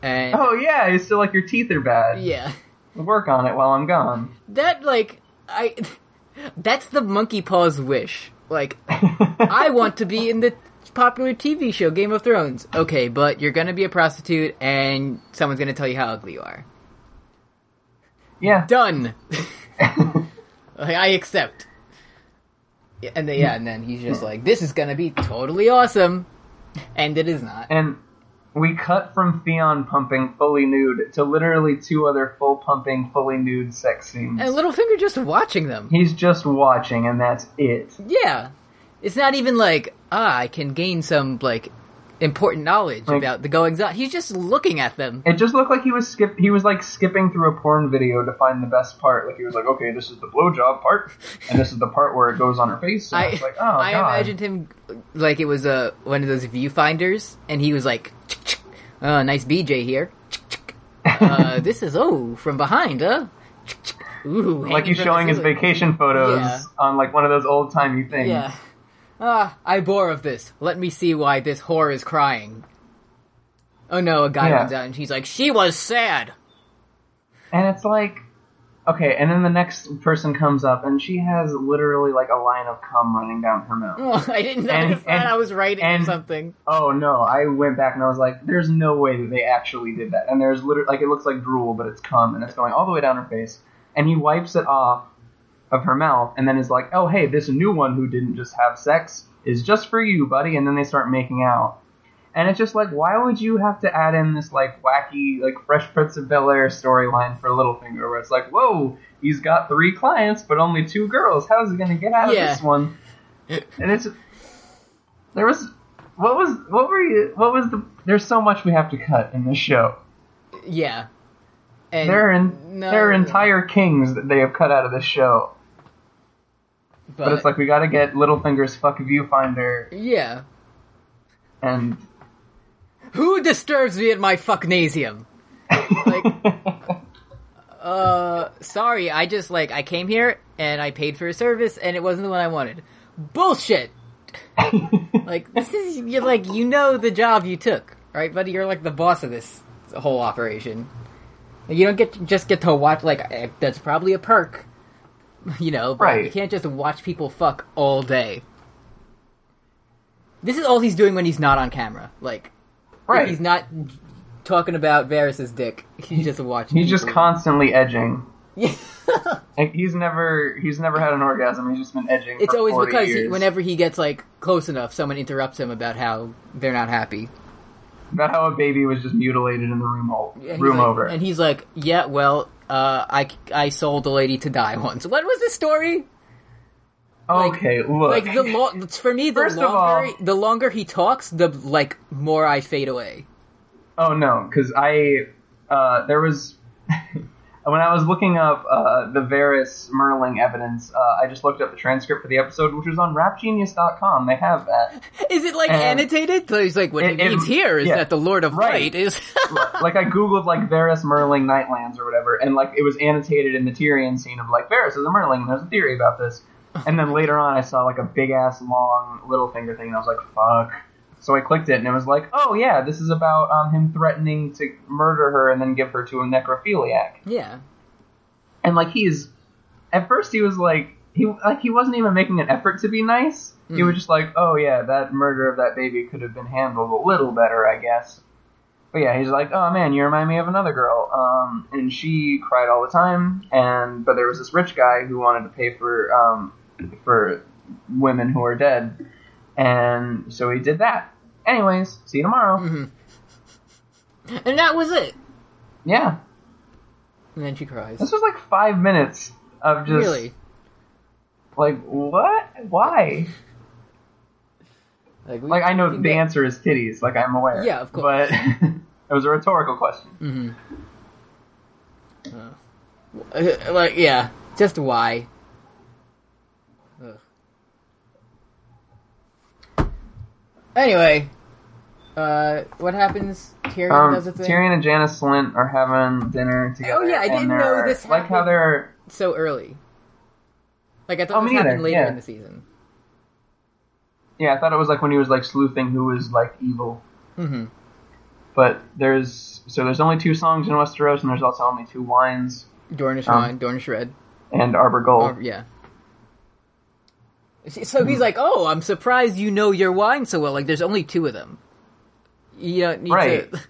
Speaker 1: And
Speaker 2: Oh, yeah, it's still like your teeth are bad.
Speaker 1: yeah,
Speaker 2: Work on it while I'm gone. [LAUGHS]
Speaker 1: that like I, [LAUGHS] that's the monkey paws wish. Like I want to be in the popular TV show Game of Thrones. Okay, but you're gonna be a prostitute and someone's gonna tell you how ugly you are.
Speaker 2: yeah.
Speaker 1: Done. [LAUGHS] Like, I accept. Yeah, And then, yeah, and then he's just like, "This is gonna be totally awesome," and it is not.
Speaker 2: And we cut from Theon pumping fully nude to literally two other full pumping, fully nude sex scenes.
Speaker 1: And Littlefinger just watching them.
Speaker 2: He's just watching, and that's it.
Speaker 1: Yeah. It's not even like, ah, I can gain some, like, important knowledge
Speaker 2: Like-
Speaker 1: about the goings on. He's just looking at them.
Speaker 2: It just looked like he was skip. He was like skipping through a porn video to find the best part. Like he was like, okay, this is the blowjob part, and this is the part where it goes on her face. And I,
Speaker 1: I,
Speaker 2: was like, oh
Speaker 1: I
Speaker 2: god.
Speaker 1: imagined him like it was uh, one of those viewfinders, and he was like, "Chick, chick. oh, nice BJ here. Chick, chick. Uh, this is, oh, from behind, huh? Chick, chick. Ooh,
Speaker 2: like he's showing his
Speaker 1: vacation.
Speaker 2: vacation photos
Speaker 1: Yeah.
Speaker 2: on like one of those old timey things.
Speaker 1: Yeah. Ah, I bore of this. Let me see why this whore is crying. Oh no, a guy
Speaker 2: Yeah.
Speaker 1: comes out and she's like, she was sad. [LAUGHS]
Speaker 2: And it's like, okay. And then the next person comes up, and she has literally like a line of cum running down her mouth.
Speaker 1: Well, Oh, I didn't know. I
Speaker 2: And-
Speaker 1: thought
Speaker 2: and-
Speaker 1: I was writing
Speaker 2: and-
Speaker 1: something.
Speaker 2: Oh no! I went back and I was like, "There's no way that they actually did that." And there's literally like it looks like drool, but it's cum, and it's going all the way down her face. And he wipes it off of her mouth, and then is like, "Oh hey, this new one who didn't just have sex is just for you, buddy." And then they start making out, and it's just like, why would you have to add in this like wacky like Fresh Prince of Bel Air storyline for Littlefinger, where it's like, "Whoa, he's got three clients, but only two girls. How's he gonna get out
Speaker 1: Yeah.
Speaker 2: of this one?" And it's there was what was what were you what was the there's so much we have to cut in this show.
Speaker 1: Yeah. And
Speaker 2: There are in,
Speaker 1: no,
Speaker 2: there are entire kings that they have cut out of this show. But, it's like we got to get Littlefinger's fuck viewfinder
Speaker 1: yeah.
Speaker 2: and [LAUGHS]
Speaker 1: Who disturbs me at my fucknasium? Like, uh, sorry, I just like I came here and I paid for a service and it wasn't the one I wanted. Bullshit. like this is you're like you know the job you took, right, buddy? You're like the boss of this whole operation. Like, You don't get to- just get to watch like eh, that's probably a perk, you know. But You
Speaker 2: Right.
Speaker 1: can't just watch people fuck all day. This is all he's doing when he's not on camera. Like
Speaker 2: right.
Speaker 1: He's
Speaker 2: He's,
Speaker 1: not talking about Varys's dick. He's just watching.
Speaker 2: just
Speaker 1: people.
Speaker 2: constantly edging.
Speaker 1: Yeah.
Speaker 2: Like he's never he's never had an orgasm. He's just been edging.
Speaker 1: [LAUGHS] it's
Speaker 2: for
Speaker 1: always
Speaker 2: 40
Speaker 1: because he,
Speaker 2: years.
Speaker 1: whenever he gets like close enough, someone interrupts him about how they're not happy.
Speaker 2: about how a baby was just mutilated in the room o-
Speaker 1: Yeah, he's
Speaker 2: room
Speaker 1: like-
Speaker 2: over.
Speaker 1: and he's like, "Yeah, well, uh, I I sold a lady to die once. What was the story? like-
Speaker 2: okay, look.
Speaker 1: Like the lo- for me, the
Speaker 2: First of
Speaker 1: longer
Speaker 2: all-
Speaker 1: the longer he talks, the like more I fade away.
Speaker 2: Oh no, because I uh, there was [LAUGHS] when I was looking up uh, the Varys Merling evidence. Uh, I just looked up the transcript for the episode, which was on RapGenius.com. They have that.
Speaker 1: Is it like
Speaker 2: Um,
Speaker 1: annotated? So he's like, what
Speaker 2: it-
Speaker 1: he
Speaker 2: it-
Speaker 1: means here is
Speaker 2: yeah.
Speaker 1: that the Lord of
Speaker 2: Right.
Speaker 1: Light is [LAUGHS]
Speaker 2: like I googled like Varys Merling Nightlands or whatever, and like it was annotated in the Tyrion scene of like Varys is a Merling. There's a theory about this. And then later on, I saw like a big ass long little finger thing, and I was like, fuck. So I clicked it, and it was like, oh yeah, this is about um, him threatening to murder her and then give her to a necrophiliac.
Speaker 1: yeah.
Speaker 2: and like he's at first he was like he like he wasn't even making an effort to be nice. He was just like, "Oh yeah, that murder of that baby could have been handled a little better, I guess." But yeah, he's like, "Oh man, you remind me of another girl." Um, and she cried all the time. And but there was this rich guy who wanted to pay for um for women who are dead, and so he did that. Anyways, see you tomorrow.
Speaker 1: Mm. Mm-hmm. And that was it.
Speaker 2: Yeah,
Speaker 1: And then she cries.
Speaker 2: this was like five minutes of just
Speaker 1: Really?
Speaker 2: like what? Why?
Speaker 1: Like, we,
Speaker 2: Like I know the
Speaker 1: Yeah.
Speaker 2: answer is titties. Like I'm aware.
Speaker 1: Yeah,
Speaker 2: [LAUGHS]
Speaker 1: of course. Mm-hmm.
Speaker 2: Mm-hmm. But it was a rhetorical question.
Speaker 1: Uh, Like, yeah, just why? Ugh. Anyway, uh, what happens? Tyrion
Speaker 2: Um,
Speaker 1: does a thing
Speaker 2: Tyrion and Janice Lint are having dinner together.
Speaker 1: Oh, yeah, I
Speaker 2: and
Speaker 1: didn't know
Speaker 2: they're-
Speaker 1: this
Speaker 2: Like how
Speaker 1: happened.
Speaker 2: they're
Speaker 1: so early. Like I
Speaker 2: Oh,
Speaker 1: thought this
Speaker 2: me
Speaker 1: happened
Speaker 2: neither,
Speaker 1: later
Speaker 2: yeah.
Speaker 1: in the season.
Speaker 2: yeah, I thought it was like when he was like sleuthing who was like evil.
Speaker 1: hmm
Speaker 2: But there's so there's only two songs in Westeros, and there's also only two wines
Speaker 1: Dornish
Speaker 2: Um,
Speaker 1: wine, Dornish red.
Speaker 2: and Arbor Gold.
Speaker 1: Oh, yeah. See, So he's like, "Oh, I'm surprised you know your wine so well. Like, there's only two of them. You don't need
Speaker 2: Right.
Speaker 1: to."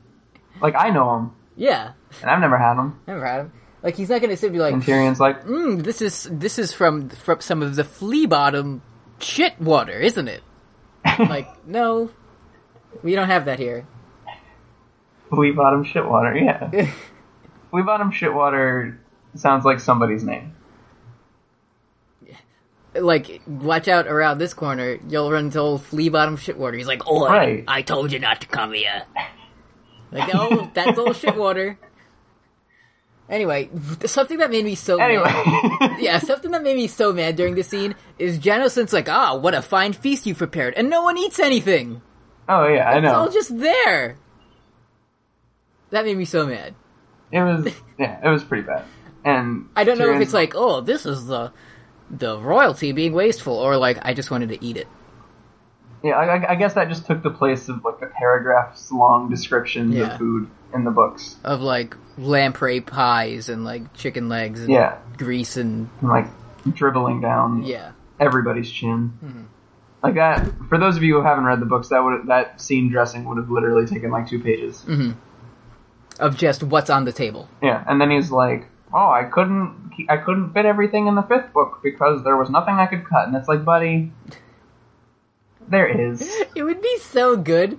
Speaker 2: Like I know them,
Speaker 1: [LAUGHS] yeah,
Speaker 2: and I've never had them.
Speaker 1: never had him. Like, he's not going to sit and be like, [LAUGHS]
Speaker 2: And Tyrion's like,
Speaker 1: mm, "This is this is from from some of the flea bottom shit water, isn't it?" like, no, we don't have that here.
Speaker 2: "We bottom shitwater." Yeah,
Speaker 1: [LAUGHS]
Speaker 2: we bottom shitwater sounds like somebody's name.
Speaker 1: Like, watch out around this corner. You'll run into old flea bottom shit water. He's like, "Oi,
Speaker 2: Right.
Speaker 1: I told you not to come
Speaker 2: [LAUGHS]
Speaker 1: here." Like, oh, that's old shit water. Anyway, something that made me so
Speaker 2: Anyway,
Speaker 1: mad. [LAUGHS]
Speaker 2: [LAUGHS]
Speaker 1: Yeah, something that made me so mad during the scene is Janocen's like, ah, what a fine feast you prepared, and no one eats anything.
Speaker 2: oh yeah, I
Speaker 1: It's all
Speaker 2: know.
Speaker 1: just there. That made me so mad.
Speaker 2: It was yeah, it was pretty bad. And
Speaker 1: I don't know if
Speaker 2: Tyrion's-
Speaker 1: it's like, oh, this is the the royalty being wasteful, or like I just wanted to eat it.
Speaker 2: Yeah, I, I- I guess that just took the place of like a paragraphs long descriptions
Speaker 1: Yeah.
Speaker 2: of food in the books.
Speaker 1: Of like lamprey pies and like chicken legs and
Speaker 2: Yeah,
Speaker 1: grease and
Speaker 2: and, like dribbling down
Speaker 1: yeah. Mm-hmm.
Speaker 2: everybody's chin. Like that. For those of you who haven't read the books, that would that scene dressing would have literally taken like two pages.
Speaker 1: Mm-hmm. Of just what's on the table.
Speaker 2: Yeah, and then he's like, "Oh, I couldn't, I couldn't fit everything in the fifth book because there was nothing I could cut." And it's like, buddy, there
Speaker 1: [LAUGHS]
Speaker 2: is.
Speaker 1: It would be so good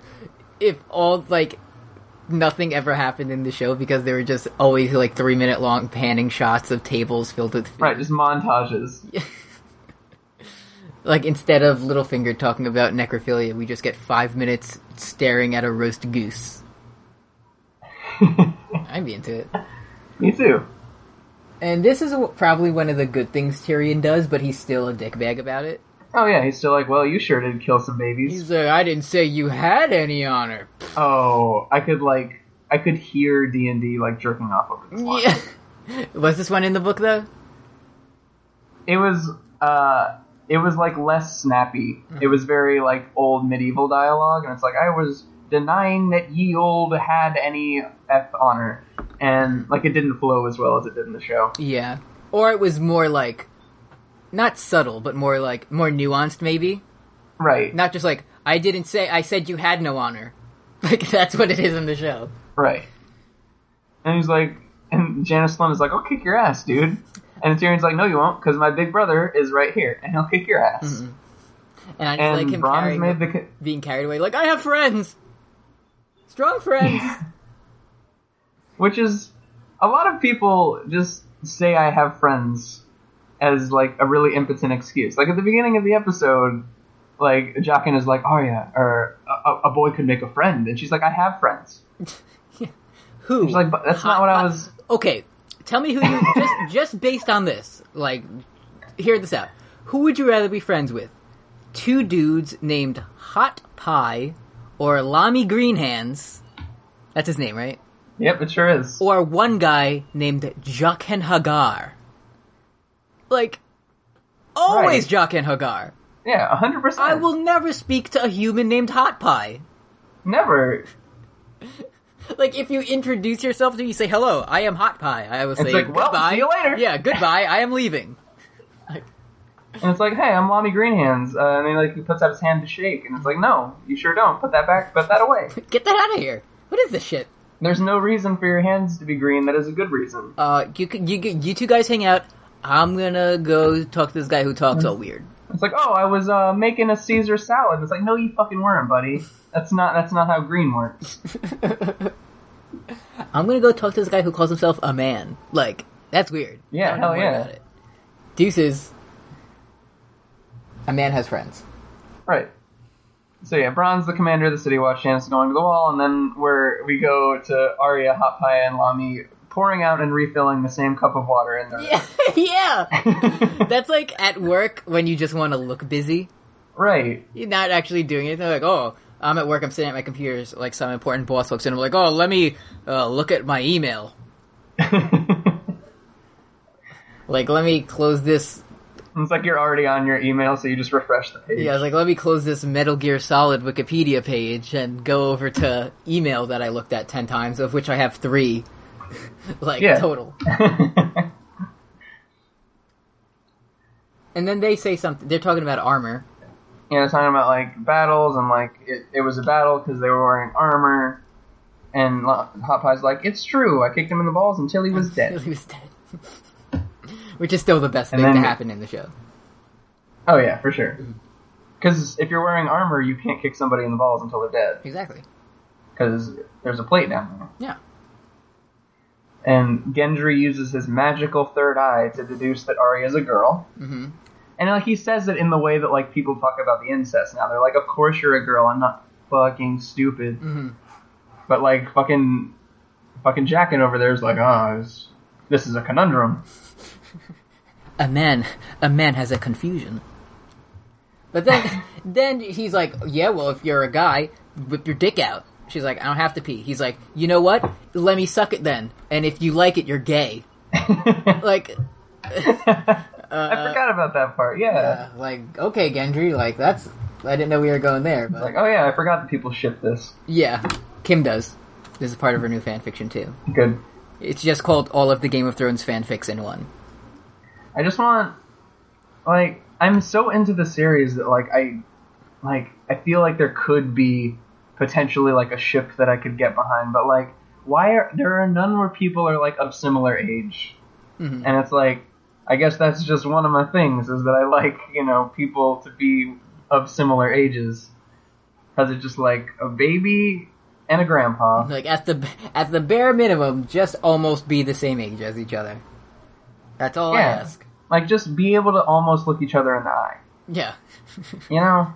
Speaker 1: if all like nothing ever happened in the show because they were just always like three minute long panning shots of tables filled with food.
Speaker 2: Right, just montages.
Speaker 1: Like instead of Littlefinger talking about necrophilia, we just get five minutes staring at a roast
Speaker 2: [LAUGHS]
Speaker 1: goose. I'd be into it.
Speaker 2: Me too.
Speaker 1: And this is probably one of the good things Tyrion does, but he's still a dickbag about it.
Speaker 2: Oh yeah, he's still like, well, you sure did kill some babies.
Speaker 1: He's like, I didn't say you had any honor.
Speaker 2: Oh, I could like I could hear D and D like jerking off over this line.
Speaker 1: [LAUGHS] Yeah. Was this one in the book though?
Speaker 2: It was uh it was like less snappy.
Speaker 1: Mm-hmm.
Speaker 2: It was very like old medieval dialogue and it's like I was denying that ye old had any F honor and like it didn't flow as well as it did in the show.
Speaker 1: Yeah. Or it was more like not subtle, but more like more nuanced maybe.
Speaker 2: Right.
Speaker 1: Not just like I didn't say I said you had no honor. [LAUGHS] Like that's what it is in the show.
Speaker 2: Right. And he's like and Janice Lynn is like, I'll kick your ass, dude. And Tyrion's like, No you won't, because my big brother is right here and he'll kick your ass.
Speaker 1: Mm-hmm. And I just
Speaker 2: And
Speaker 1: like him
Speaker 2: Bronze
Speaker 1: carrying,
Speaker 2: made the ca-
Speaker 1: being carried away like I have friends. Strong friends.
Speaker 2: which is a lot of people just say I have friends as like a really impotent excuse. Like at the beginning of the episode, like Jockin is like, "Oh yeah," or a, a boy could make a friend, and she's like, "I have friends."
Speaker 1: Who?
Speaker 2: She's like, "But that's not what I was."
Speaker 1: Okay, tell me who you
Speaker 2: [LAUGHS]
Speaker 1: just just based on this. Like hear this out. Who would you rather be friends with? Two dudes named Hot Pie or Lami Greenhands. That's his name, right?
Speaker 2: Yep, it sure is.
Speaker 1: or one guy named Jaqen Hagar. Like, always Jaqen Hagar.
Speaker 2: Yeah, hundred percent.
Speaker 1: I will never speak to a human named Hot Pie.
Speaker 2: never.
Speaker 1: Like, if you introduce yourself to me, you say, hello, I am Hot Pie. I will say,
Speaker 2: like, well,
Speaker 1: goodbye.
Speaker 2: see you later.
Speaker 1: Yeah, goodbye, I am leaving.
Speaker 2: And it's like, "Hey, I'm Lonnie Greenhands," uh, and he like he puts out his hand to shake, and it's like, "No, you sure don't. Put that back. Put
Speaker 1: [LAUGHS]
Speaker 2: that away.
Speaker 1: Get that out of here. What is this shit?
Speaker 2: There's no reason for your hands to be green. That is a good reason."
Speaker 1: Uh, you, c- you, g- you two guys hang out. I'm gonna go talk to this guy who talks all weird.
Speaker 2: It's like, oh, I was uh, making a Caesar salad. It's like, no, you fucking weren't, buddy. That's not that's not how green
Speaker 1: [LAUGHS]
Speaker 2: works.
Speaker 1: I'm gonna go talk to this guy who calls himself a man. Like, that's weird.
Speaker 2: Yeah,
Speaker 1: Don't
Speaker 2: hell
Speaker 1: worry
Speaker 2: yeah.
Speaker 1: about it. Deuces. A man has friends. [LAUGHS]
Speaker 2: Right. So yeah, Bron's the commander of the city watch. Janice is going to the wall, and then where we go to Arya, Hot Pie, and Lami pouring out and refilling the same cup of water in there.
Speaker 1: Yeah, yeah. That's like at work when you just want to look busy.
Speaker 2: [LAUGHS] right. [LAUGHS]
Speaker 1: You're not actually doing anything. Like, oh, I'm at work. I'm sitting at my computer. so, Like some important boss looks in. I'm like, oh, let me uh, look at my email.
Speaker 2: it's
Speaker 1: Like, let me close this.
Speaker 2: like you're already on your email, so you just refresh the page.
Speaker 1: Yeah, I was like, let me close this Metal Gear Solid Wikipedia page and go over to email that I looked at ten times, of which I have three, [LAUGHS] like
Speaker 2: Yeah. [LAUGHS]
Speaker 1: total. And then they say something. They're talking about armor.
Speaker 2: you know, talking about like battles and like it, it was a battle because they were wearing armor. And Lo- Hot Pie's like, it's true. I kicked him in the balls until he was dead.
Speaker 1: He was dead. [LAUGHS] Which is still the best
Speaker 2: And
Speaker 1: thing to
Speaker 2: then-
Speaker 1: happen in the show.
Speaker 2: Oh yeah, for sure. Because if you're wearing armor, you can't kick somebody in the balls until they're dead.
Speaker 1: Exactly.
Speaker 2: Because there's a plate down
Speaker 1: Yeah.
Speaker 2: there. And Gendry uses his magical third eye to deduce that Arya's a girl.
Speaker 1: hmm
Speaker 2: And like he says it in the way that like people talk about the incest now. They're like, of course you're a girl. I'm not fucking stupid.
Speaker 1: hmm
Speaker 2: But like fucking, fucking Jackin over there is like, ah, this, this is a conundrum. [LAUGHS]
Speaker 1: a man a man has a confusion but [LAUGHS] then then he's like yeah well if you're a guy whip your dick out she's like i don't have to pee he's like you know what let me suck it then and if you like it you're gay like
Speaker 2: I forgot about that part. Yeah.
Speaker 1: uh, like okay gendry like that's i didn't know we were going there but
Speaker 2: Like, oh yeah, I forgot that people ship this.
Speaker 1: yeah kim does this is part of her new fanfiction too
Speaker 2: Good.
Speaker 1: it's just called all of the game of thrones fanfics in one
Speaker 2: I just want, like, I'm so into the series that like I, like I feel like there could be potentially like a ship that I could get behind, but like, why are there are none where people are like of similar age,
Speaker 1: Mhm.
Speaker 2: and it's like, I guess that's just one of my things is that I like you know people to be of similar ages, because it's just like a baby and a grandpa.
Speaker 1: Like at the at the bare minimum, just almost be the same age as each other. That's all I
Speaker 2: Yeah.
Speaker 1: ask.
Speaker 2: Like, just be able to almost look each other in the eye.
Speaker 1: Yeah, [LAUGHS]
Speaker 2: you know.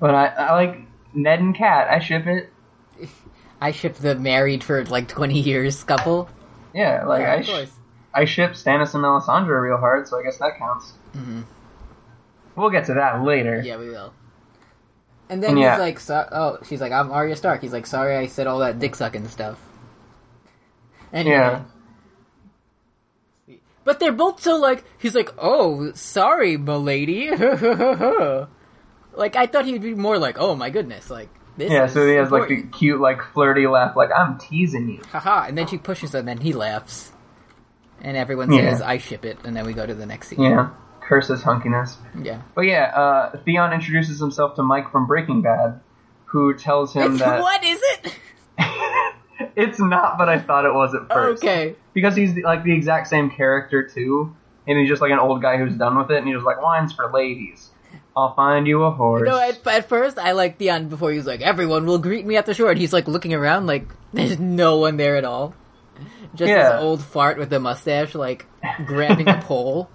Speaker 2: But I, I like Ned and Cat. I ship it.
Speaker 1: I ship the married for like twenty years couple.
Speaker 2: Yeah, [LAUGHS] like
Speaker 1: Yeah,
Speaker 2: I,
Speaker 1: of
Speaker 2: sh-
Speaker 1: course.
Speaker 2: I ship Stannis and Melisandre real hard, so I guess that counts.
Speaker 1: Mhm.
Speaker 2: We'll get to that later.
Speaker 1: Yeah, we will. And then
Speaker 2: And yeah.
Speaker 1: he's like, so- "Oh, she's like, I'm Arya Stark." He's like, "Sorry, I said all that dick sucking stuff." Anyway.
Speaker 2: Yeah.
Speaker 1: But they're both so like he's like, "Oh, sorry, milady." [LAUGHS] like I thought he'd be more like, "Oh my goodness!" Like this.
Speaker 2: Yeah,
Speaker 1: is
Speaker 2: so he has like
Speaker 1: important.
Speaker 2: the cute, like flirty laugh, like I'm teasing you.
Speaker 1: haha, and then she pushes him and he laughs. And everyone
Speaker 2: Yeah.
Speaker 1: says, I ship it, and then we go to the next scene.
Speaker 2: Yeah, curses hunkiness.
Speaker 1: Yeah.
Speaker 2: But yeah, uh, Theon introduces himself to Mike from Breaking Bad, who tells him
Speaker 1: It's-
Speaker 2: that
Speaker 1: what is it?
Speaker 2: [LAUGHS] it's not, but I thought it was at first.
Speaker 1: Okay.
Speaker 2: because he's like the exact same character too, and he's just like an old guy who's done with it, and he was like, "Wines for ladies. I'll find you a horse."
Speaker 1: No, at, at first I liked Theon before he was like, everyone will greet me at the shore, and he's like looking around like, [LAUGHS] there's no one there at all. Just
Speaker 2: Yeah.
Speaker 1: this old fart with a mustache, like, grabbing a pole.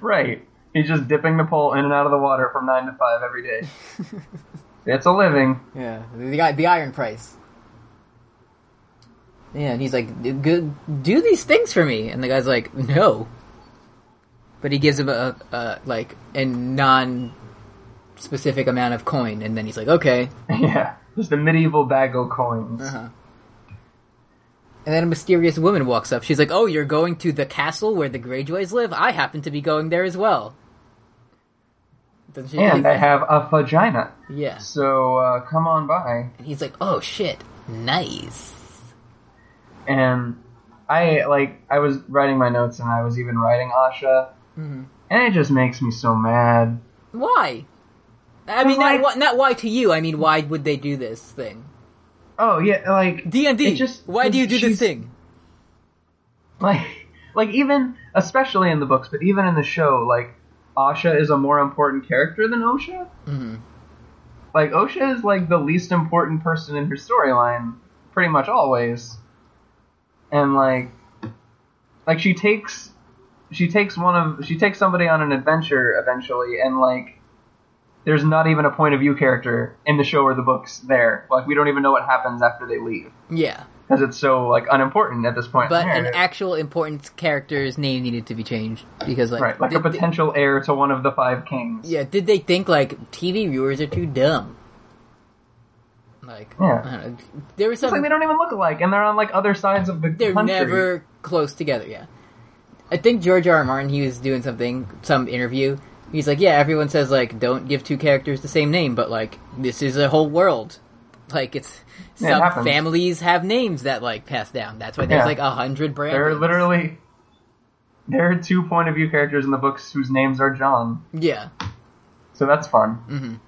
Speaker 2: right? He's just dipping the pole in and out of the water from nine to five every
Speaker 1: [LAUGHS]
Speaker 2: day. it's a living. [LAUGHS]
Speaker 1: Yeah, the guy, the iron price. Yeah, and he's like, "D- "Good, do these things for me," and the guy's like, "No." But he gives him a, a like a non-specific amount of coin, and then he's like, "Okay."
Speaker 2: yeah, just a medieval bag of coins.
Speaker 1: Uh-huh. And then a mysterious woman walks up. She's like, "Oh, you're going to the castle where the Greyjoys live? I happen to be going there as well." Doesn't she?
Speaker 2: And I have a vagina,
Speaker 1: yeah.
Speaker 2: so uh, come on by.
Speaker 1: And he's like, "Oh shit, nice."
Speaker 2: And I like I was writing my notes, and I was even writing Asha,
Speaker 1: Mhm.
Speaker 2: and it just makes me so mad.
Speaker 1: Why? I mean,
Speaker 2: like-
Speaker 1: not, why, not why to you. I mean, why would they do this thing?
Speaker 2: Oh yeah, like
Speaker 1: D and D.
Speaker 2: It just-
Speaker 1: Why do you do this
Speaker 2: she's-
Speaker 1: thing?
Speaker 2: like like even especially in the books but even in the show like asha is a more important character than osha
Speaker 1: hmm
Speaker 2: like osha is like the least important person in her storyline pretty much always and like like she takes she takes one of she takes somebody on an adventure eventually and like there's not even a point of view character in the show or the books there like we don't even know what happens after they leave
Speaker 1: Yeah,
Speaker 2: because it's so like unimportant at this point. in
Speaker 1: But
Speaker 2: the
Speaker 1: an
Speaker 2: narrative.
Speaker 1: actual important character's name needed to be changed because, like,
Speaker 2: right, like a
Speaker 1: did-
Speaker 2: potential heir to one of the five kings.
Speaker 1: yeah, did they think like TV viewers are too dumb? Like,
Speaker 2: Yeah.
Speaker 1: I don't know. there was
Speaker 2: It's
Speaker 1: some.
Speaker 2: like they don't even look alike, and they're on like other sides of the
Speaker 1: they're
Speaker 2: country.
Speaker 1: never close together. Yeah, I think George R. R. Martin. He was doing something, some interview. He's like, yeah, everyone says like, don't give two characters the same name, but like, this is a whole world. Like, it's
Speaker 2: Yeah, it
Speaker 1: some
Speaker 2: happens.
Speaker 1: families have names that like pass down. That's why there's
Speaker 2: Yeah.
Speaker 1: like a hundred brands.
Speaker 2: There are literally there are two point of view characters in the books whose names are John,
Speaker 1: yeah,
Speaker 2: so that's fun.
Speaker 1: Mm.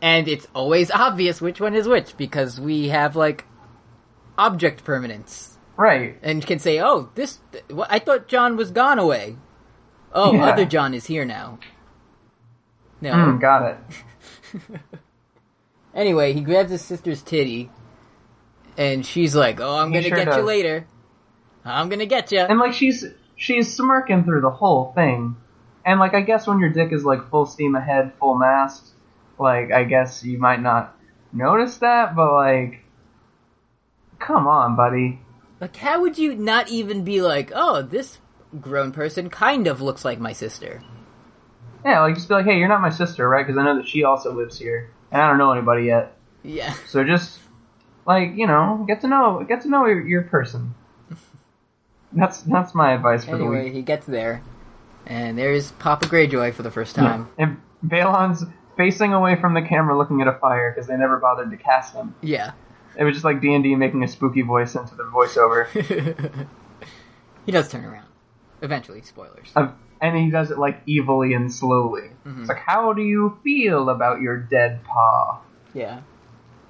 Speaker 1: and it's always obvious which one is which because we have like object permanence.
Speaker 2: Right?
Speaker 1: and can say, "Oh, this. Th- wh- I thought John was gone away. Oh,
Speaker 2: Yeah.
Speaker 1: other John is here now." No.
Speaker 2: Mm, got it.
Speaker 1: Anyway, he grabs his sister's titty, and she's like, "Oh, I'm
Speaker 2: He
Speaker 1: gonna
Speaker 2: sure
Speaker 1: get you
Speaker 2: does.
Speaker 1: later. I'm gonna get you."
Speaker 2: And like she's she's smirking through the whole thing, and like I guess when your dick is like full steam ahead, full mast, like I guess you might not notice that, but like, come on, buddy.
Speaker 1: Like, how would you not even be like, "Oh, this grown person kind of looks like my sister"?
Speaker 2: Yeah, like just be like, hey, you're not my sister, right? Because I know that she also lives here, and I don't know anybody yet. [LAUGHS]
Speaker 1: Yeah.
Speaker 2: So just like you know, get to know get to know your, your person. That's that's my advice for the
Speaker 1: Anyway,
Speaker 2: week.
Speaker 1: he gets there, and there's Papa Greyjoy for the first
Speaker 2: [LAUGHS]
Speaker 1: time.
Speaker 2: And Balon's facing away from the camera, looking at a fire because they never bothered to cast him.
Speaker 1: Yeah. [LAUGHS]
Speaker 2: It was just like D and D making a spooky voice into the voiceover,
Speaker 1: he does turn around eventually. Spoilers.
Speaker 2: of, and he does it like evilly and slowly. It's like, how do you feel about your dead paw?
Speaker 1: Yeah.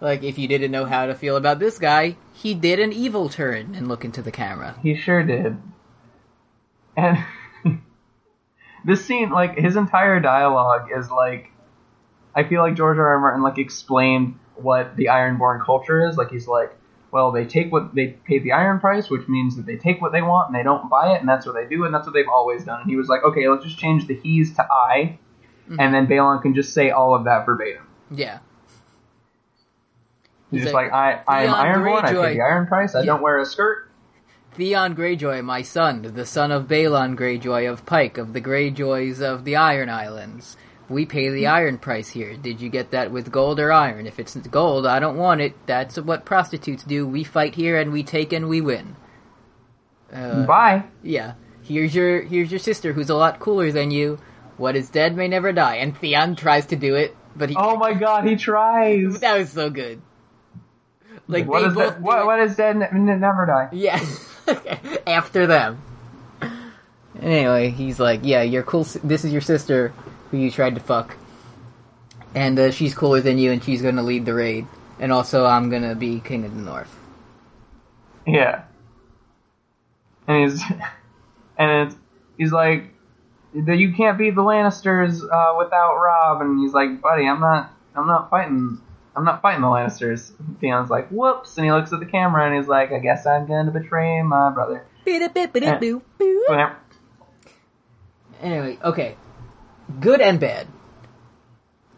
Speaker 1: Like, if you didn't know how to feel about this guy, he did an evil turn and look into the camera.
Speaker 2: He sure did. And [LAUGHS] this scene, like his entire dialogue is like, I feel like George R. R. Martin like explained what the Ironborn culture is. Like he's like, well, they take what they pay the iron price, which means that they take what they want and they don't buy it, and that's what they do, and that's what they've always done. And he was like, okay, let's just change the he's to I,
Speaker 1: Mm-hmm.
Speaker 2: and then Balon can just say all of that verbatim.
Speaker 1: Yeah.
Speaker 2: He's
Speaker 1: He's
Speaker 2: just
Speaker 1: like,
Speaker 2: like, I, I am
Speaker 1: "Theon
Speaker 2: Ironborn. I
Speaker 1: Greyjoy."
Speaker 2: pay the iron price. I
Speaker 1: Yeah.
Speaker 2: don't wear a skirt.
Speaker 1: Theon Greyjoy, my son, the son of Balon Greyjoy of Pike, of the Greyjoys of the Iron Islands. We pay the iron price here. Did you get that with gold or iron? If it's gold, I don't want it. That's what prostitutes do. We fight here and we take and we win. Uh,
Speaker 2: Bye.
Speaker 1: Yeah. Here's your here's your sister who's a lot cooler than you. What is dead may never die. And Theon tries to do it, but he
Speaker 2: Oh my god, he tries.
Speaker 1: that was so good. Like
Speaker 2: what
Speaker 1: they
Speaker 2: is
Speaker 1: both
Speaker 2: that?
Speaker 1: do
Speaker 2: What,
Speaker 1: it-
Speaker 2: what is dead n- n- never die?
Speaker 1: Yeah. [LAUGHS] After them. Anyway, he's like, "Yeah, you're cool. s- This is your sister who you tried to fuck, and uh, she's cooler than you, and she's going to lead the raid. And also, I'm going to be king of the north."
Speaker 2: Yeah. And he's [LAUGHS] and it's, he's like that you can't beat the Lannisters uh, without Rob, and he's like, buddy, I'm not, I'm not fighting. I'm not fighting the Lannisters. Theon's like, whoops, and he looks at the camera and he's like, I guess I'm gonna betray my brother. Uh,
Speaker 1: Anyway,
Speaker 2: Whatever.
Speaker 1: okay, good and bad.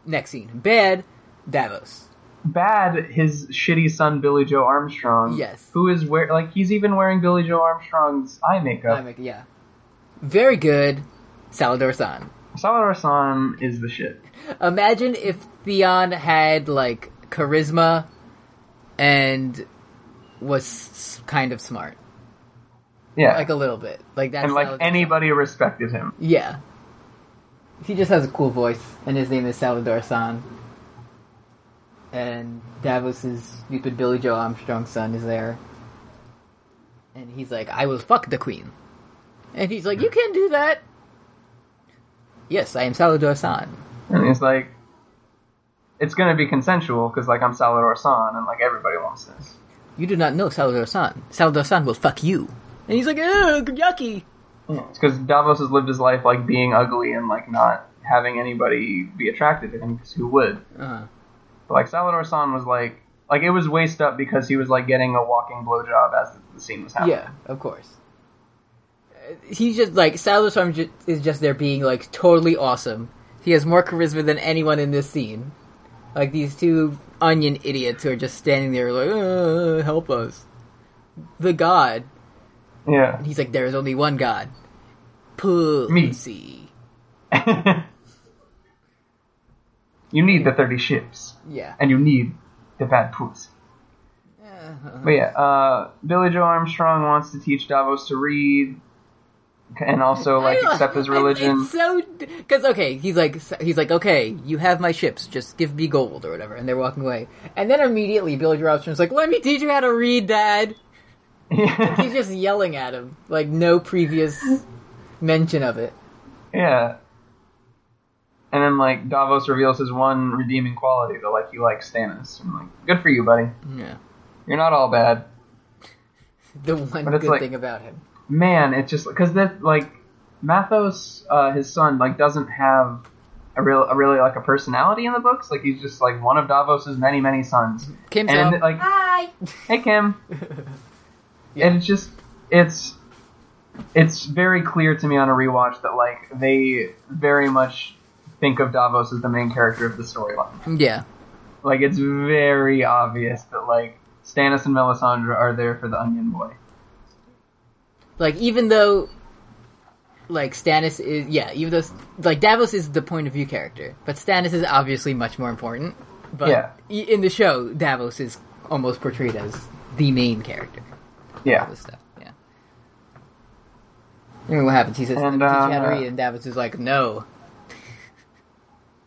Speaker 1: Next scene, bad Davos.
Speaker 2: bad his shitty son Billy Joe Armstrong.
Speaker 1: Yes.
Speaker 2: Who is wear like he's even wearing Billy Joe Armstrong's eye makeup.
Speaker 1: I make- yeah, very good, Salador San.
Speaker 2: Salvador San is the shit.
Speaker 1: Imagine if Theon had like charisma and was s- kind of smart,
Speaker 2: Yeah.
Speaker 1: like a little bit. Like that's
Speaker 2: and like
Speaker 1: Salad-
Speaker 2: anybody respected him.
Speaker 1: Yeah, he just has a cool voice, and his name is Salvador San. And Davos's stupid Billy Joe Armstrong son is there, and he's like, "I will fuck the queen," and he's like, "You can't do that." Yes, I am Salvador San.
Speaker 2: And he's like, it's gonna be consensual because like I'm Salvador San and like everybody wants this.
Speaker 1: You do not know Salvador San. Salvador San will fuck you. And he's like, oh, yucky.
Speaker 2: Yeah. It's because Davos has lived his life like being ugly and like not having anybody be attracted to him because who would?
Speaker 1: Uh,
Speaker 2: But like Salvador San was like, like it was waist up because he was like getting a walking blowjob as the scene was happening.
Speaker 1: yeah, of course. Uh, He's just like, Salvador San ju- is just there being like totally awesome. He has more charisma than anyone in this scene. Like these two onion idiots who are just standing there, like, uh, "Help us!" The God.
Speaker 2: Yeah.
Speaker 1: He's like, "There is only one God." Pussy.
Speaker 2: [LAUGHS] you need the 30 ships,
Speaker 1: Yeah.
Speaker 2: and you need the bad pussy. But yeah, uh, Billy Joe Armstrong wants to teach Davos to read and also like accept his
Speaker 1: [LAUGHS] It's-
Speaker 2: religion.
Speaker 1: It's so because okay, he's like he's like okay, you have my ships, just give me gold or whatever, and they're walking away, and then immediately Billy Joe Armstrong's like, let me teach you how to read, Dad. He's just yelling at him like no previous mention of it.
Speaker 2: [LAUGHS] yeah. And then like Davos reveals his one redeeming quality though, like he likes Stannis. I'm like, good for you, buddy.
Speaker 1: Yeah,
Speaker 2: You're not all bad.
Speaker 1: the one
Speaker 2: But it's
Speaker 1: good
Speaker 2: like-
Speaker 1: thing about him.
Speaker 2: man, it's just because that like Mathos, uh, his son, like doesn't have a real, a really like a personality in the books. Like he's just like one of Davos's many, many sons.
Speaker 1: Kim's
Speaker 2: And
Speaker 1: out.
Speaker 2: like,
Speaker 3: Hi.
Speaker 2: hey Kim,
Speaker 1: Yeah.
Speaker 2: and it's just it's it's very clear to me on a rewatch that like they very much think of Davos as the main character of the storyline.
Speaker 1: yeah,
Speaker 2: Like it's very obvious that like Stannis and Melisandre are there for the Onion Boy.
Speaker 1: like even though like Stannis is yeah, even though like Davos is the point of view character, but Stannis is obviously much more important. But
Speaker 2: Yeah.
Speaker 1: i- in the show, Davos is almost portrayed as the main character.
Speaker 2: Yeah.
Speaker 1: All this stuff. Yeah. I mean, what happens? He says,
Speaker 2: And,
Speaker 1: "Teach
Speaker 2: uh,
Speaker 1: Henry," and Davos is like, "No." [LAUGHS]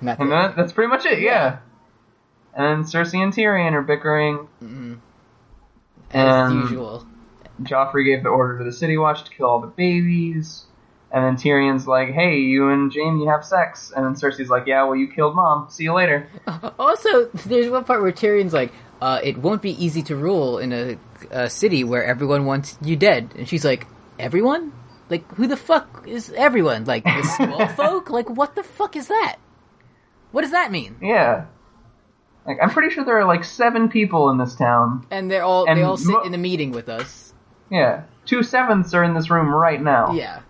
Speaker 1: Not
Speaker 2: And
Speaker 1: that-
Speaker 2: that, that's pretty much it, yeah. And Cersei and Tyrion are bickering.
Speaker 1: as
Speaker 2: um,
Speaker 1: usual.
Speaker 2: Joffrey gave the order to the City Watch to kill all the babies. And then Tyrion's like, hey, you and Jamie have sex. And then Cersei's like, yeah, well, you killed mom. See you later.
Speaker 1: Also, there's one part where Tyrion's like, uh, "It won't be easy to rule in a, a city where everyone wants you dead," and she's like, "Everyone? Like, who the fuck is everyone? Like
Speaker 2: [LAUGHS]
Speaker 1: the small folk? Like, what the fuck is that? What does that mean?"
Speaker 2: Yeah. Like, I'm pretty sure there are like seven people in this town.
Speaker 1: And they're all
Speaker 2: And
Speaker 1: they all sit
Speaker 2: mo-
Speaker 1: in a meeting with us.
Speaker 2: Yeah. Two sevenths are in this room right now.
Speaker 1: Yeah.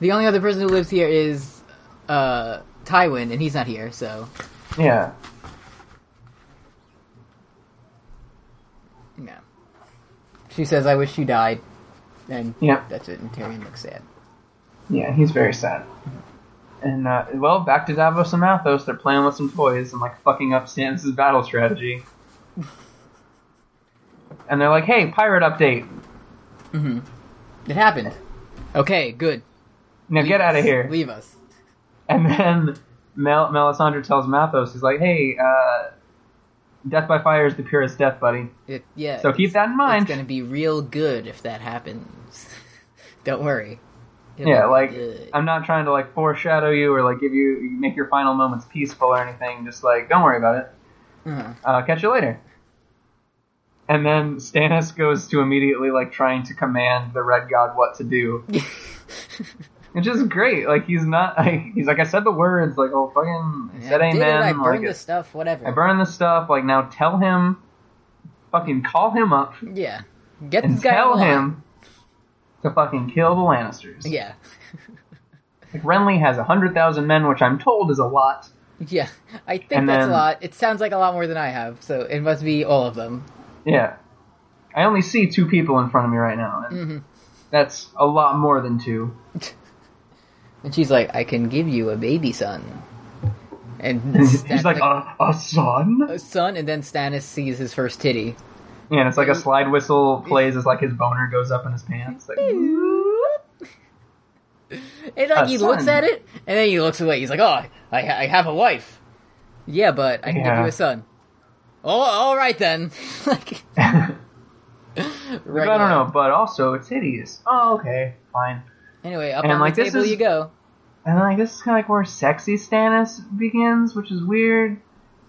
Speaker 1: The only other person who lives here is uh, Tywin, and he's not here, so
Speaker 2: Yeah.
Speaker 1: no. She says, "I wish you died," and
Speaker 2: Yeah.
Speaker 1: that's it. And Tyrion looks sad.
Speaker 2: Yeah, he's very sad. And, uh, well, back to Davos and Mathos. They're playing with some toys and, like, fucking up Stannis' battle strategy. and they're like, hey, pirate update.
Speaker 1: It happened. Okay, good.
Speaker 2: Now
Speaker 1: Leave
Speaker 2: get out of
Speaker 1: us.
Speaker 2: here.
Speaker 1: Leave us.
Speaker 2: And then Mel- Melisandre tells Mathos, he's like, hey, uh, death by fire is the purest death, buddy.
Speaker 1: It, yeah.
Speaker 2: So keep
Speaker 1: it's-
Speaker 2: that in mind.
Speaker 1: It's gonna be real good if that happens. [LAUGHS] Don't worry. It'll
Speaker 2: yeah,
Speaker 1: be
Speaker 2: like,
Speaker 1: good.
Speaker 2: I'm not trying to, like, foreshadow you or, like, give you, make your final moments peaceful or anything. Just, like, don't worry about it.
Speaker 1: Uh-huh.
Speaker 2: uh, catch you later. And then Stannis goes to immediately like trying to command the Red God what
Speaker 1: [LAUGHS]
Speaker 2: to do, which is great. Like he's not, like, he's like I said the words, like oh fucking I said
Speaker 1: I did it,
Speaker 2: amen,
Speaker 1: I burned
Speaker 2: like
Speaker 1: the stuff. Whatever.
Speaker 2: I burn the stuff. Like now tell him, fucking call him up
Speaker 1: yeah. Get
Speaker 2: and
Speaker 1: this guy.
Speaker 2: tell
Speaker 1: on.
Speaker 2: him to fucking kill the
Speaker 1: [LAUGHS]
Speaker 2: Lannisters.
Speaker 1: Yeah.
Speaker 2: Like Renly has a hundred thousand men, which I'm told is a lot.
Speaker 1: Yeah. I think
Speaker 2: And
Speaker 1: that's
Speaker 2: then-
Speaker 1: a lot. It sounds like a lot more than I have. So it must be all of them.
Speaker 2: Yeah. I only see two people in front of me right now. And
Speaker 1: Mm-hmm.
Speaker 2: That's a lot more than two.
Speaker 1: And she's like, "I can give you a baby son."
Speaker 2: [LAUGHS]
Speaker 1: And
Speaker 2: He's
Speaker 1: Stan-
Speaker 2: like, a, a son?
Speaker 1: a son, and then Stannis sees his first titty.
Speaker 2: Yeah, and it's
Speaker 1: uh,
Speaker 2: like a slide whistle plays as like his boner goes up in his pants. Like,
Speaker 1: [LAUGHS] And like
Speaker 2: A
Speaker 1: he
Speaker 2: son.
Speaker 1: looks at it, and then he looks away. He's like, "Oh, I, I have a wife." Yeah, but I can give
Speaker 2: Yeah.
Speaker 1: you a son. Oh, all right then. [LAUGHS] like,
Speaker 2: I
Speaker 1: regular.
Speaker 2: don't know, but also it's hideous. Oh, okay, fine.
Speaker 1: Anyway, up
Speaker 2: And,
Speaker 1: on
Speaker 2: like,
Speaker 1: the
Speaker 2: this
Speaker 1: table
Speaker 2: is-
Speaker 1: you go.
Speaker 2: And then, like, this is kind of like where sexy Stannis begins, which is weird.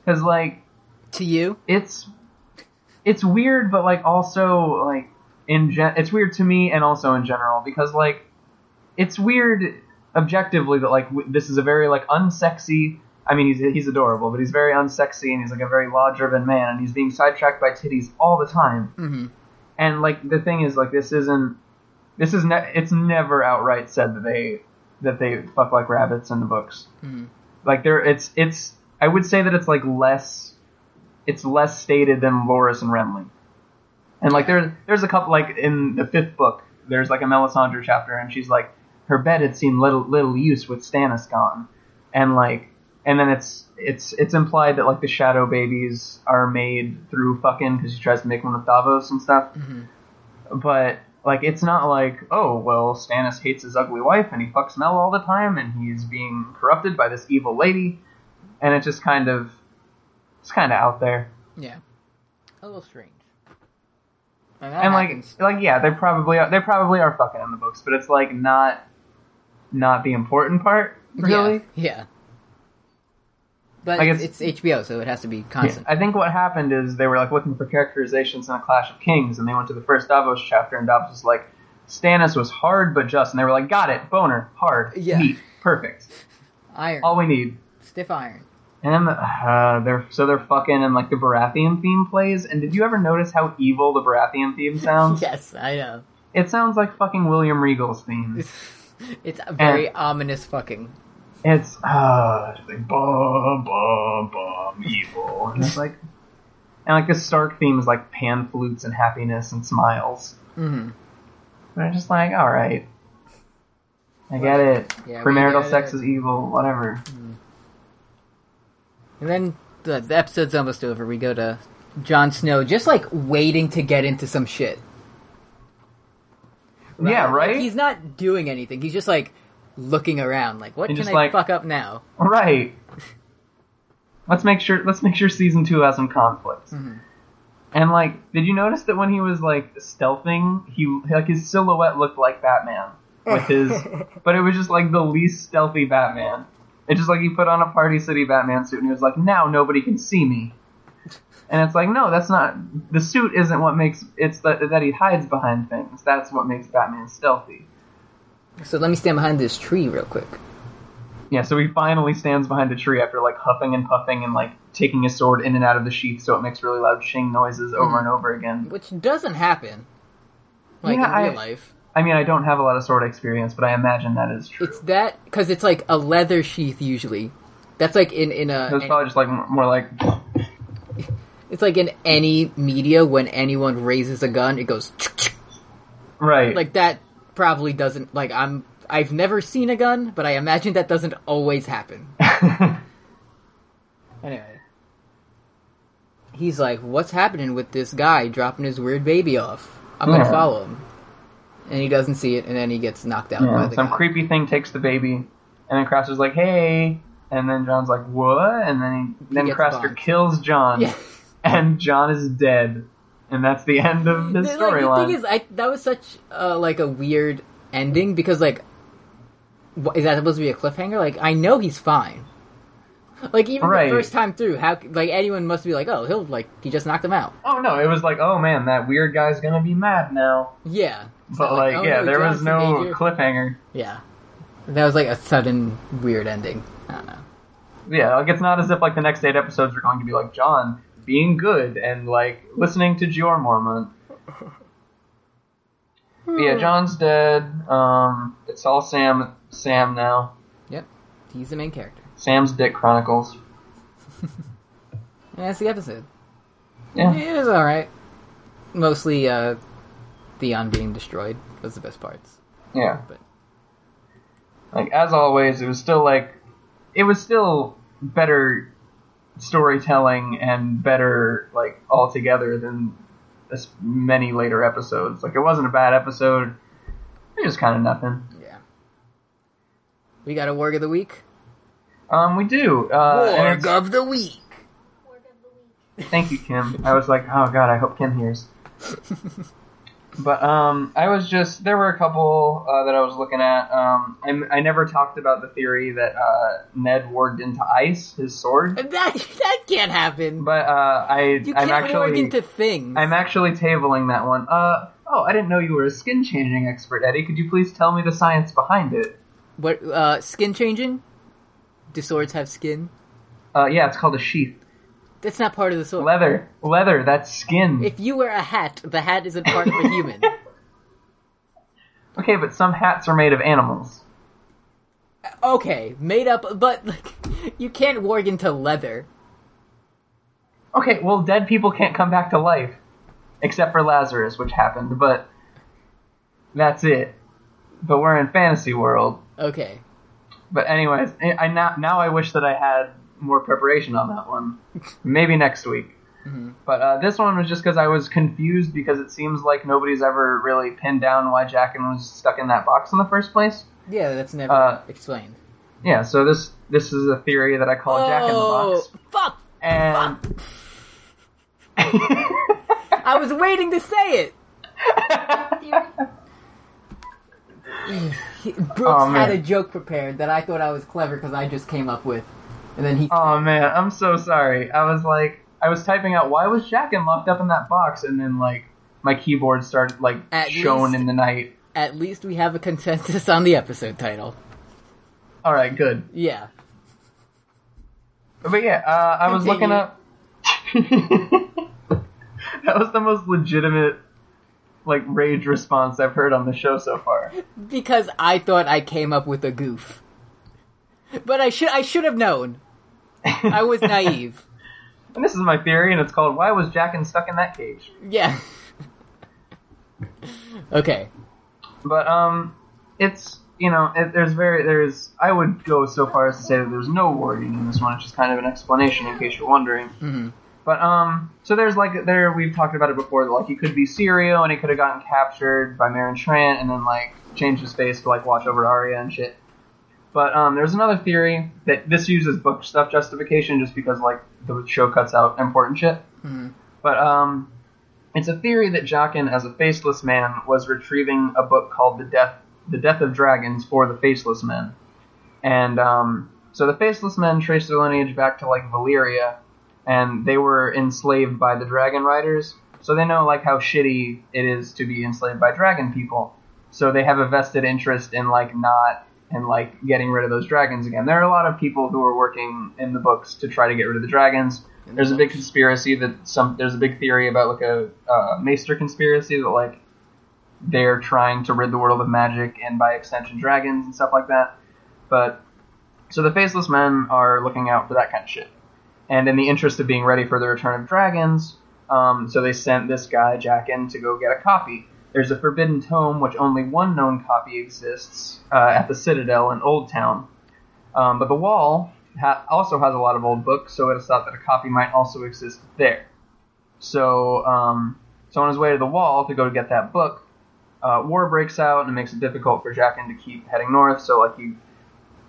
Speaker 2: Because, like,
Speaker 1: To you,
Speaker 2: it's it's weird, but like also like in gen- it's weird to me and also in general because like it's weird objectively that like w- this is a very like unsexy. I mean, he's he's adorable, but he's very unsexy and he's like a very law-driven man, and he's being sidetracked by titties all the time.
Speaker 1: Mhm.
Speaker 2: And like the thing is, like this isn't this is ne- it's never outright said that they that they fuck like rabbits in the books. Like there, it's it's I would say that it's like less, it's less stated than Loris and Renly. And like there's there's a couple like in the fifth book, there's like a Melisandre chapter, and she's like, her bed had seemed little little use with Stannis gone, and like, and then it's it's it's implied that like the shadow babies are made through fucking because she tries to make one with Davos and stuff, but like it's not like oh well Stannis hates his ugly wife and he fucks Mel all the time and he's being corrupted by this evil lady, and it's just kind of it's kind of out there.
Speaker 1: Yeah. A little strange. Uh-huh.
Speaker 2: and like like yeah, they probably are, they probably are fucking in the books, but it's like not not the important part really.
Speaker 1: Yeah. yeah. But
Speaker 2: Like,
Speaker 1: it's, it's HBO, so it has to be constant.
Speaker 2: I think what happened is they were like looking for characterizations in a Clash of Kings, and they went to the first Davos chapter, and Davos was like, "Stannis was hard but just," and they were like, "Got it, boner, hard,
Speaker 1: Yeah.
Speaker 2: neat, perfect,
Speaker 1: Iron.
Speaker 2: all we need."
Speaker 1: Stiff iron.
Speaker 2: And uh, they're so they're fucking and like the Baratheon theme plays. And did you ever notice how evil the Baratheon theme
Speaker 1: [LAUGHS]
Speaker 2: sounds?
Speaker 1: Yes, I know.
Speaker 2: It sounds like fucking William Regal's theme.
Speaker 1: [LAUGHS] It's a very ominous fucking.
Speaker 2: It's uh, it's like bum bum bum evil, and it's like, and like the Stark theme is like pan flutes and happiness and smiles.
Speaker 1: Mhm.
Speaker 2: And I'm just like, all right, I get it.
Speaker 1: Yeah, we
Speaker 2: Premarital
Speaker 1: get
Speaker 2: sex
Speaker 1: it.
Speaker 2: is evil, whatever.
Speaker 1: And then the, the episode's almost over. We go to Jon Snow, just like waiting to get into some shit.
Speaker 2: Yeah,
Speaker 1: Like,
Speaker 2: right.
Speaker 1: he's not doing anything. He's just like looking around, like what
Speaker 2: And
Speaker 1: can
Speaker 2: just
Speaker 1: I
Speaker 2: like-
Speaker 1: fuck up now?
Speaker 2: Right. Let's make sure. Let's make sure season two has some conflicts. And like, did you notice that when he was like stealthing, he like his silhouette looked like Batman with his, but it was just like the least stealthy Batman. It's just like he put on a Party City Batman suit and he was like, now nobody can see me. And it's like, no, that's not the suit. Isn't what makes it's that that he hides behind things. That's what makes Batman stealthy.
Speaker 1: So let me stand behind this tree real quick.
Speaker 2: Yeah, so he finally stands behind a tree after like huffing and puffing and like taking his sword in and out of the sheath so it makes really loud shing noises over
Speaker 1: Hmm.
Speaker 2: and over again.
Speaker 1: Which doesn't happen. Like
Speaker 2: Yeah,
Speaker 1: in real
Speaker 2: I-
Speaker 1: life.
Speaker 2: I mean, I don't have a lot of sword experience, but I imagine that is true.
Speaker 1: It's that because it's like a leather sheath usually. That's like in in a
Speaker 2: It was
Speaker 1: an-
Speaker 2: probably just like m- more like
Speaker 1: it's like in any media when anyone raises a gun, it goes
Speaker 2: right. [LAUGHS]
Speaker 1: like that. Probably doesn't like I'm. I've never seen a gun, but I imagine that doesn't always
Speaker 2: [LAUGHS]
Speaker 1: happen. anyway, he's like, "What's happening with this guy dropping his weird baby off? I'm gonna
Speaker 2: Yeah.
Speaker 1: follow him." And he doesn't see it, and then he gets knocked out by
Speaker 2: Yeah,
Speaker 1: the
Speaker 2: some
Speaker 1: guy.
Speaker 2: creepy thing takes the baby, and then Craster's like, "Hey," and then John's like, "What?" and then he, then
Speaker 1: gets
Speaker 2: Craster
Speaker 1: bonked.
Speaker 2: kills
Speaker 1: [LAUGHS]
Speaker 2: John,
Speaker 1: Yeah.
Speaker 2: and John is dead, and that's the end of his
Speaker 1: The- Like, the
Speaker 2: storyline.
Speaker 1: thing is, I, that was such uh, like a weird ending because like, wha- is that supposed to be a cliffhanger? Like, I know he's fine. Like even
Speaker 2: Right.
Speaker 1: the first time through, how c- like anyone must be like, oh, he'll like he just knocked him out.
Speaker 2: oh no, it was like, "Oh man, that weird guy's gonna be mad now."
Speaker 1: Yeah, It's
Speaker 2: But
Speaker 1: not
Speaker 2: like,
Speaker 1: oh,
Speaker 2: yeah,
Speaker 1: no,
Speaker 2: there
Speaker 1: John's
Speaker 2: was
Speaker 1: in
Speaker 2: no
Speaker 1: danger.
Speaker 2: cliffhanger.
Speaker 1: yeah, that was like a sudden weird ending. I don't know.
Speaker 2: Yeah, like it's not as if like the next eight episodes are going to be like John being good and like listening to Jor Mormont. But
Speaker 1: Hmm.
Speaker 2: yeah, John's dead. Um, it's all Sam. Sam now.
Speaker 1: Yep, he's the main character.
Speaker 2: Sam's Dick Chronicles.
Speaker 1: And that's the episode.
Speaker 2: Yeah.
Speaker 1: It was all right. Mostly, uh, Theon being destroyed was the best parts.
Speaker 2: Yeah.
Speaker 1: But-
Speaker 2: Like as always, it was still like it was still better storytelling and better like altogether than as many later episodes. Like it wasn't a bad episode. It was kind of nothing.
Speaker 1: Yeah. We got a word of the week.
Speaker 2: Um, we do. Uh, and it's-
Speaker 1: of the week.
Speaker 2: Thank you, Kim. I was like, oh god, I hope Kim hears. but um, I was just there were a couple uh, that I was looking at. Um, I, I never talked about the theory that uh, Ned warged into ice his sword,
Speaker 1: That [LAUGHS] that can't happen.
Speaker 2: but uh, I
Speaker 1: you
Speaker 2: I'm
Speaker 1: can't work
Speaker 2: actually
Speaker 1: into things.
Speaker 2: I'm actually tabling that one. Uh, oh, I didn't know you were a skin changing expert, Eddie. Could you please tell me the science behind it?
Speaker 1: what uh, skin changing? Do swords have skin?
Speaker 2: Uh, yeah, it's called a sheath.
Speaker 1: That's not part of the sword.
Speaker 2: Leather, leather. That's skin.
Speaker 1: If you wear a hat, the hat isn't part of a [LAUGHS] human.
Speaker 2: okay, but some hats are made of animals.
Speaker 1: okay, made up, but like, you can't warg into leather.
Speaker 2: Okay, well, dead people can't come back to life, except for Lazarus, which happened, but that's it. But we're in fantasy world.
Speaker 1: Okay,
Speaker 2: But anyways, I I now now I wish that I had more preparation on that one. Maybe next week. But uh, this one was just because I was confused because it seems like nobody's ever really pinned down why Jackin was stuck in that box in the first place.
Speaker 1: yeah, that's never
Speaker 2: Uh,
Speaker 1: explained.
Speaker 2: Yeah, so this this is a theory that I call Jack in the Box.
Speaker 1: Oh, fuck!
Speaker 2: And
Speaker 1: I was waiting to say
Speaker 2: [LAUGHS]
Speaker 1: it. He- Brooks
Speaker 2: Aw, Oh, man.
Speaker 1: had a joke prepared that I thought I was clever because I just came up with, and then he.
Speaker 2: oh man, I'm so sorry. I was like, I was typing out why was Jackin locked up in that box, and then like my keyboard started like
Speaker 1: At
Speaker 2: showing
Speaker 1: least-
Speaker 2: in the night.
Speaker 1: At least we have a consensus on the episode title.
Speaker 2: All right, good.
Speaker 1: Yeah.
Speaker 2: But yeah, uh, I was looking
Speaker 1: Continue.
Speaker 2: up. [LAUGHS] that was the most legitimate, like rage response I've heard on the show so far.
Speaker 1: Because I thought I came up with a goof. But I should I should have known. I was naive. [LAUGHS]
Speaker 2: And this is my theory, and it's called "Why Was Jackin Stuck in That Cage?"
Speaker 1: Yeah. okay.
Speaker 2: But um, it's you know, it, there's very there's I would go so far as to say that there's no wording in this one. It's just kind of an explanation in case you're wondering. But um, so there's like there we've talked about it before. Like he could be Sirio, and he could have gotten captured by Marin Trant, and then like changed his face to like watch over Arya and shit. But um, there's another theory that this uses book stuff justification just because like the show cuts out important shit. But um, it's a theory that Jaqen, as a faceless man, was retrieving a book called "The Death The Death of Dragons" for the Faceless Men, and um, so the Faceless Men traced their lineage back to like Valyria, and they were enslaved by the Dragon Riders, so they know like how shitty it is to be enslaved by dragon people. So they have a vested interest in like not and like getting rid of those dragons again. There are a lot of people who are working in the books to try to get rid of the dragons. There's a big conspiracy that some there's a big theory about like a uh, Maester conspiracy that like they're trying to rid the world of magic and by extension dragons and stuff like that. But so the faceless men are looking out for that kind of shit. And in the interest of being ready for the return of dragons, um, so they sent this guy Jackin to go get a copy. There's a forbidden tome which only one known copy exists uh, at the Citadel in Old Town. Um, but the wall ha- also has a lot of old books, so it is thought that a copy might also exist there. So, um, so on his way to the wall to go to get that book, uh, war breaks out and it makes it difficult for Jackin to keep heading north. So, like he,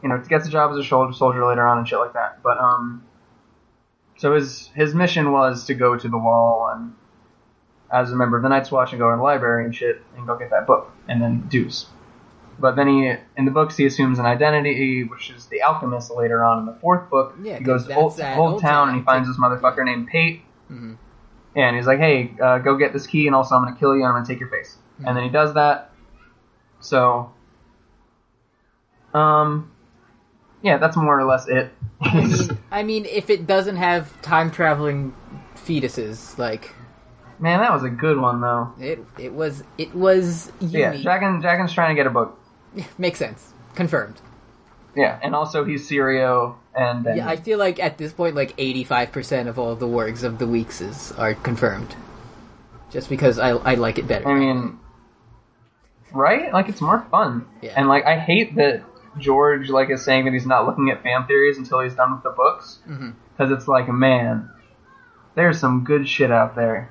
Speaker 2: you know, gets a job as a soldier, soldier later on and shit like that. But um, so his his mission was to go to the wall and as a member of the Night's Watch and go to the library and shit and go get that book and then Deuce. But then he, in the books, he assumes an identity, which is the alchemist later on in the fourth book.
Speaker 1: Yeah,
Speaker 2: he goes
Speaker 1: 'cause
Speaker 2: to Old,
Speaker 1: that's, uh,
Speaker 2: Old
Speaker 1: Old
Speaker 2: Town and he
Speaker 1: Town. Mm-hmm.
Speaker 2: finds this motherfucker named Pate. And he's like, hey, uh, go get this key, and also I'm going to kill you, and I'm going to take your face.
Speaker 1: Hmm.
Speaker 2: And then he does that. So, um, yeah, that's more or less it. [LAUGHS]
Speaker 1: I mean, I mean if it doesn't have time traveling fetuses, like
Speaker 2: Man, that was a good one, though.
Speaker 1: it it was it was
Speaker 2: Yeah,
Speaker 1: unique.
Speaker 2: Dragon, Dragon's trying to get a book.
Speaker 1: [LAUGHS] Makes sense. Confirmed.
Speaker 2: Yeah, and also he's Sirio, and then
Speaker 1: Yeah, I feel like at this point, like eighty-five percent of all the wargs of the weeks is are confirmed, just because I I like it better.
Speaker 2: I mean, right? Like it's more fun.
Speaker 1: Yeah.
Speaker 2: And like I hate that George like is saying that he's not looking at fan theories until he's done with the books,
Speaker 1: Mm-hmm.
Speaker 2: because it's like, man, there's some good shit out there.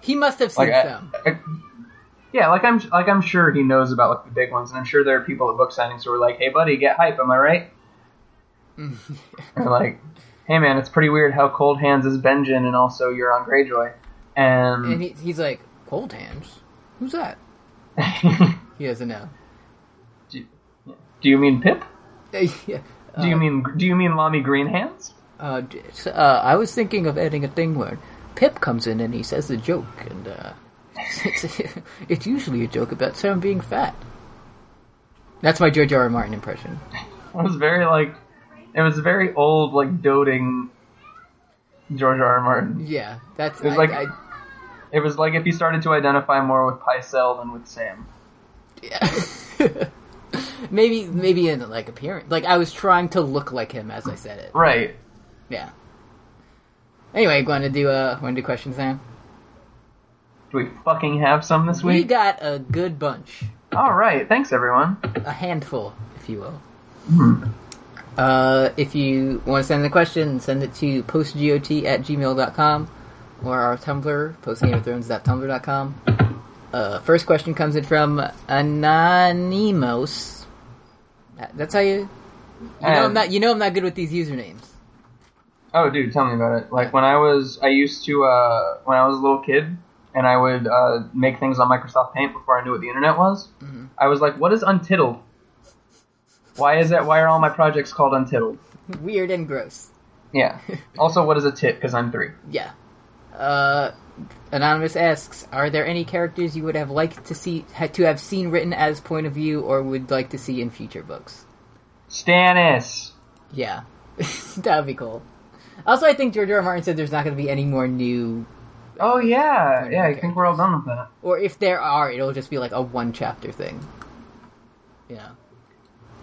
Speaker 1: he must have seen
Speaker 2: Like, I,
Speaker 1: some.
Speaker 2: I- yeah, like I'm like I'm sure he knows about like the big ones, and I'm sure there are people at book signings who are like, hey, buddy, get hype, am I right?
Speaker 1: Mm.
Speaker 2: or like, hey, man, it's pretty weird how cold hands is Benjin, and also you're on Greyjoy, and.
Speaker 1: And he, he's like, "Cold hands? Who's that?" He uh, doesn't know.
Speaker 2: do, [LAUGHS] do you mean Pip?
Speaker 1: [LAUGHS] Yeah.
Speaker 2: Do you mean do you mean Lami Greenhands?
Speaker 1: Uh, d- s- uh, I was thinking of adding a thing where Pip comes in and he says a joke, and uh, [LAUGHS] it's, it's usually a joke about someone being fat. That's my George R. R. Martin impression.
Speaker 2: It was very like it was very old, like doting George R. R. Martin.
Speaker 1: Yeah, that's
Speaker 2: It's
Speaker 1: I-
Speaker 2: like-
Speaker 1: I-
Speaker 2: It was like if he started to identify more with Pycelle than with Sam.
Speaker 1: [LAUGHS] Maybe maybe in like appearance. Like I was trying to look like him as I said it.
Speaker 2: Right.
Speaker 1: Yeah. Anyway, going to do uh, want to do questions now?
Speaker 2: Do we fucking have some this
Speaker 1: We
Speaker 2: week?
Speaker 1: got a good bunch,
Speaker 2: All right. Thanks, everyone.
Speaker 1: a handful, if you will. Uh, if you want to send the question, send it to postgot at gmail.com or our Tumblr, postgameofthrones.tumblr.com. Uh, first question comes in from Anonymous. That- That's how you. You know, I'm
Speaker 2: And-
Speaker 1: not, you know I'm not good with these usernames.
Speaker 2: Oh, dude, tell me about it. Like when I was, I used to uh, when I was a little kid, and I would uh, make things on Microsoft Paint before I knew what the internet was. I was like, "What is untittled? Why is that? Why are all my projects called untittled?"
Speaker 1: Weird and gross.
Speaker 2: [LAUGHS] Yeah. also, what is a tit? Because I'm three.
Speaker 1: Yeah. Uh, Anonymous asks, are there any characters you would have liked to see ha- to have seen written as point of view or would like to see in future books?
Speaker 2: Stannis.
Speaker 1: Yeah. [LAUGHS] that would be cool. Also, I think George R. R. Martin said there's not going to be any more new,
Speaker 2: Oh yeah, yeah. I
Speaker 1: Okay.
Speaker 2: think we're all done with that.
Speaker 1: or if there are, it'll just be like a one chapter thing. Yeah.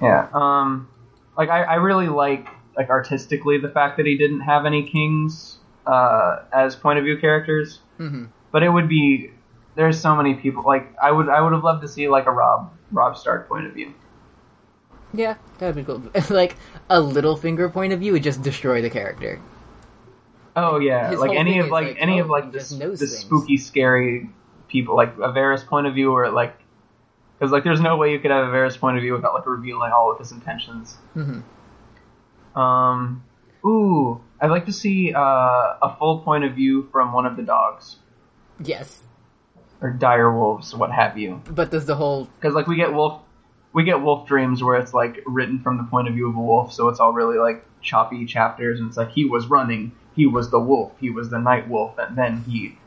Speaker 2: Yeah. Um, like I, I really like like artistically the fact that he didn't have any kings uh, as point of view characters.
Speaker 1: hmm
Speaker 2: but it would be there's so many people like I would I would have loved to see like a Rob Rob Stark point of view.
Speaker 1: Yeah, that would be cool. [LAUGHS] like a little finger point of view would just destroy the character.
Speaker 2: Oh yeah,
Speaker 1: His
Speaker 2: like
Speaker 1: whole
Speaker 2: any
Speaker 1: thing
Speaker 2: of
Speaker 1: is,
Speaker 2: like,
Speaker 1: like,
Speaker 2: any
Speaker 1: oh,
Speaker 2: of like
Speaker 1: he
Speaker 2: the,
Speaker 1: just knows
Speaker 2: the
Speaker 1: things.
Speaker 2: spooky scary people like a Varys point of view or like because like there's no way you could have a Varys point of view without like revealing all of his intentions.
Speaker 1: Mhm. Mm-hmm.
Speaker 2: Um, ooh, I'd like to see uh, a full point of view from one of the dogs
Speaker 1: Yes,
Speaker 2: or dire wolves, what have you.
Speaker 1: but does the whole
Speaker 2: because like we get wolf we get wolf dreams where it's like written from the point of view of a wolf so it's all really like choppy chapters and it's like he was running he was the wolf he was the night wolf and then he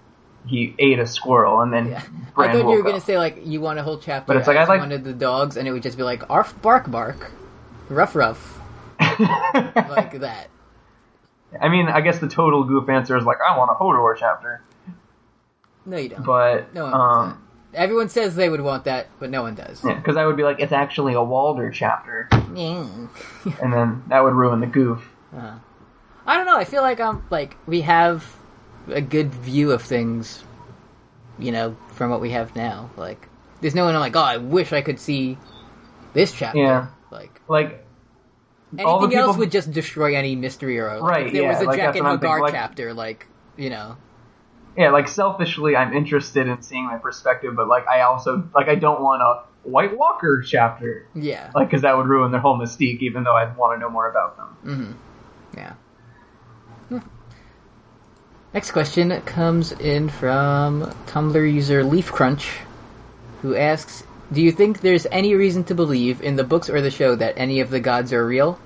Speaker 2: he ate a squirrel and then [LAUGHS]
Speaker 1: Yeah. I
Speaker 2: Bran
Speaker 1: thought you
Speaker 2: woke
Speaker 1: were gonna
Speaker 2: [LAUGHS] up.
Speaker 1: say like you want a whole chapter.
Speaker 2: But it's like,
Speaker 1: as
Speaker 2: I'd like-
Speaker 1: one of the dogs, and it would just be like arf bark bark, rough
Speaker 2: [LAUGHS]
Speaker 1: rough like that.
Speaker 2: i mean i guess the total goof answer is like i want a hodor chapter
Speaker 1: No, you don't.
Speaker 2: but
Speaker 1: no one wants
Speaker 2: um
Speaker 1: that. Everyone says they would want that, but no one does.
Speaker 2: because i would be like it's actually a walder chapter
Speaker 1: Yeah.
Speaker 2: and then that would ruin the goof
Speaker 1: Uh, [LAUGHS] I don't know. I feel like I'm like we have a good view of things, you know, from what we have now. Like, there's no one like, oh, I wish I could see this chapter.
Speaker 2: Yeah.
Speaker 1: Like
Speaker 2: like All the
Speaker 1: anything else
Speaker 2: people-
Speaker 1: would just destroy any mystery or like,
Speaker 2: Right,
Speaker 1: If there
Speaker 2: yeah,
Speaker 1: was a
Speaker 2: like,
Speaker 1: Jack
Speaker 2: that's
Speaker 1: and
Speaker 2: what I'm thinking,
Speaker 1: Hagar
Speaker 2: like-
Speaker 1: chapter, like you know.
Speaker 2: yeah, like selfishly, I'm interested in seeing that perspective, but like I also like I don't want a White Walker chapter,
Speaker 1: Yeah.
Speaker 2: like because that would ruin their whole mystique. Even though I'd want to know more about them. [LAUGHS]
Speaker 1: hmm Yeah. Hmm. Next question comes in from Tumblr user LeafCrunch, who asks, "Do you think there's any reason to believe in the books or the show that any of the gods are real?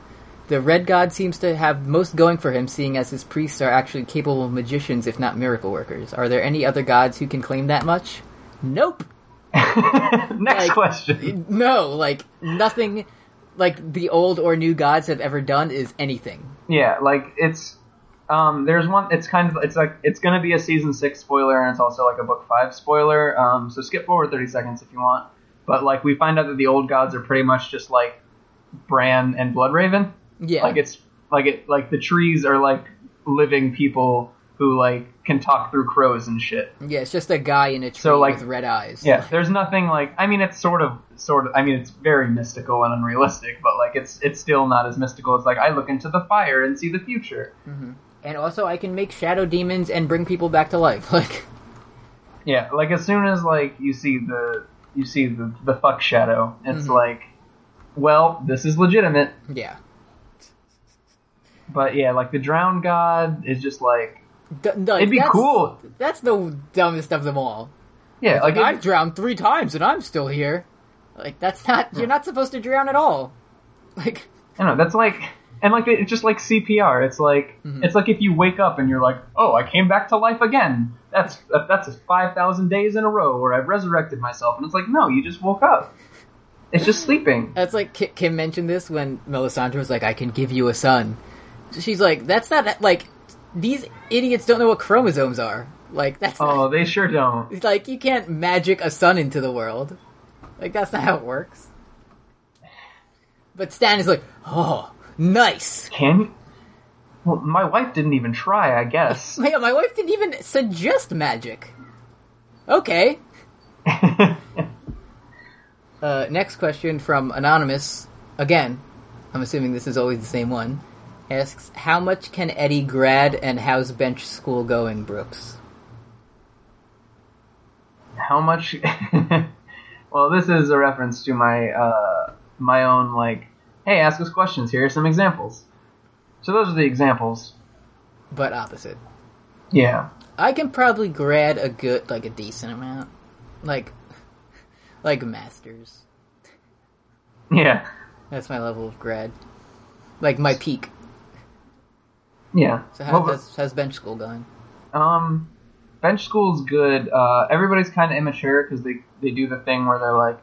Speaker 1: The Red God seems to have most going for him, seeing as his priests are actually capable magicians, if not miracle workers. Are there any other gods who can claim that much? Nope."
Speaker 2: Next
Speaker 1: Like-
Speaker 2: question.
Speaker 1: no, like nothing like the old or new gods have ever done is anything.
Speaker 2: Yeah, like it's um, there's one. It's kind of it's like it's gonna be a season six spoiler, and it's also like a book five spoiler. Um, so skip forward thirty seconds if you want. But like we find out that the old gods are pretty much just like Bran and Bloodraven.
Speaker 1: Yeah.
Speaker 2: like it's like it like the trees are like living people who like can talk through crows and shit
Speaker 1: yeah, it's just a guy in a tree
Speaker 2: So, like-
Speaker 1: with red eyes.
Speaker 2: yeah there's nothing like i mean it's sort of sort of i mean it's very mystical and unrealistic but like it's it's still not as mystical it's like i look into the fire and see the future
Speaker 1: And also I can make shadow demons and bring people back to life. [LAUGHS] Like
Speaker 2: yeah like as soon as like you see the you see the the fuck shadow it's
Speaker 1: Mhm.
Speaker 2: like well this is legitimate
Speaker 1: yeah.
Speaker 2: but yeah like the drowned god is just like
Speaker 1: D- like,
Speaker 2: it'd be
Speaker 1: that's-
Speaker 2: cool
Speaker 1: That's the dumbest of them all.
Speaker 2: yeah like
Speaker 1: Like I've
Speaker 2: it,
Speaker 1: drowned 3 times and I'm still here. Like that's not you're not supposed to drown at all. [LAUGHS] Like
Speaker 2: I don't know. That's like, and like it's just like CPR. It's like
Speaker 1: Mhm.
Speaker 2: it's like if you wake up and you're like, oh, I came back to life again. That's that- that's five thousand days in a row where I've resurrected myself, and it's like, no, you just woke up. It's just sleeping.
Speaker 1: That's like Ki- Kim mentioned this when Melisandre was like, "I can give you a son." She's like, "That's not like these idiots don't know what chromosomes are. Like that's not-
Speaker 2: Oh, they sure don't.
Speaker 1: it's like you can't magic a son into the world. Like that's not how it works." But Stan is like, oh, nice.
Speaker 2: Can you? Well, my wife didn't even try, I guess. [LAUGHS]
Speaker 1: Yeah, my wife didn't even suggest magic. Okay. Uh, next question from Anonymous. Again, I'm assuming this is always the same one. Asks, how much can Eddie grad and how's bench school going, Brooks?
Speaker 2: How much? [LAUGHS] well, this is a reference to my uh, my own like, hey, ask us questions. Here are some examples. So those are the examples.
Speaker 1: But opposite.
Speaker 2: Yeah.
Speaker 1: I can probably grad a good, like a decent amount. Like, [LAUGHS] like masters.
Speaker 2: Yeah.
Speaker 1: That's my level of grad. Like my peak.
Speaker 2: Yeah.
Speaker 1: So how,
Speaker 2: Well,
Speaker 1: how's, how's bench school going?
Speaker 2: Um, bench school's good. Uh, everybody's kind of immature because they they do the thing where they're like,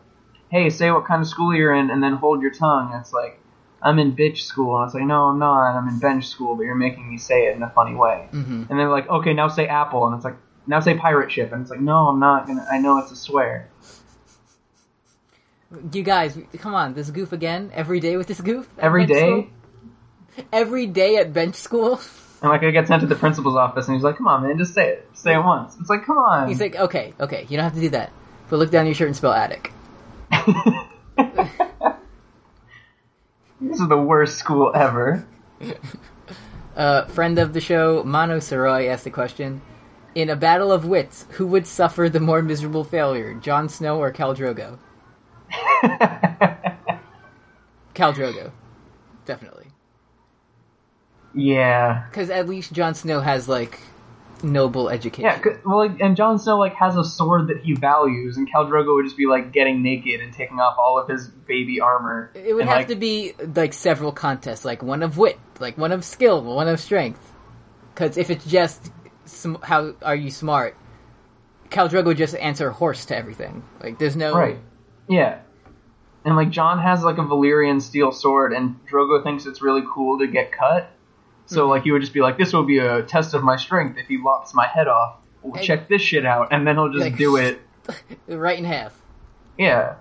Speaker 2: "Hey, say what kind of school you're in, and then hold your tongue." And it's like, "I'm in bitch school," and it's like, "No, I'm not. I'm in bench school, but you're making me say it in a funny way."
Speaker 1: Mm-hmm.
Speaker 2: And they're like, "Okay, now say apple," and it's like, "Now say pirate ship," and it's like, "No, I'm not. Gonna, I know it's a swear."
Speaker 1: You guys, come on, this goof again? Every day with this goof? at
Speaker 2: Every
Speaker 1: bench
Speaker 2: day,
Speaker 1: school? Every day at bench school?
Speaker 2: and like I get sent to the principal's office, and he's like, "Come on, man, just say it. Say it once." It's like, "Come on."
Speaker 1: He's like, okay, okay, you don't have to do that. But look down your shirt and spell attic.
Speaker 2: [LAUGHS] "This is the worst school ever."
Speaker 1: Uh, friend of the show, Mano Saroy, asked the question In a battle of wits, who would suffer the more miserable failure, Jon Snow or Cal
Speaker 2: [LAUGHS]
Speaker 1: Drogo? Cal Drogo. Definitely.
Speaker 2: Yeah.
Speaker 1: Because at least Jon Snow has, like, noble education.
Speaker 2: Yeah, 'cause- well, like, and Jon Snow like has a sword that he values, and Khal Drogo would just be like getting naked and taking off all of his baby armor.
Speaker 1: it would
Speaker 2: and,
Speaker 1: have
Speaker 2: like,
Speaker 1: to be, like, several contests, like one of wit, like one of skill, one of strength. Because if it's just, sm- how are you smart? Cal Drogo would just answer horse to everything. Like, there's no.
Speaker 2: right. Yeah, and like John has like a Valyrian steel sword, and Drogo thinks it's really cool to get cut. So
Speaker 1: Hmm.
Speaker 2: like he would just be like, "This will be a test of my strength if he lops my head off. Well,
Speaker 1: Hey.
Speaker 2: check this shit out," and then he'll just
Speaker 1: Like-
Speaker 2: do it.
Speaker 1: right in half.
Speaker 2: Yeah,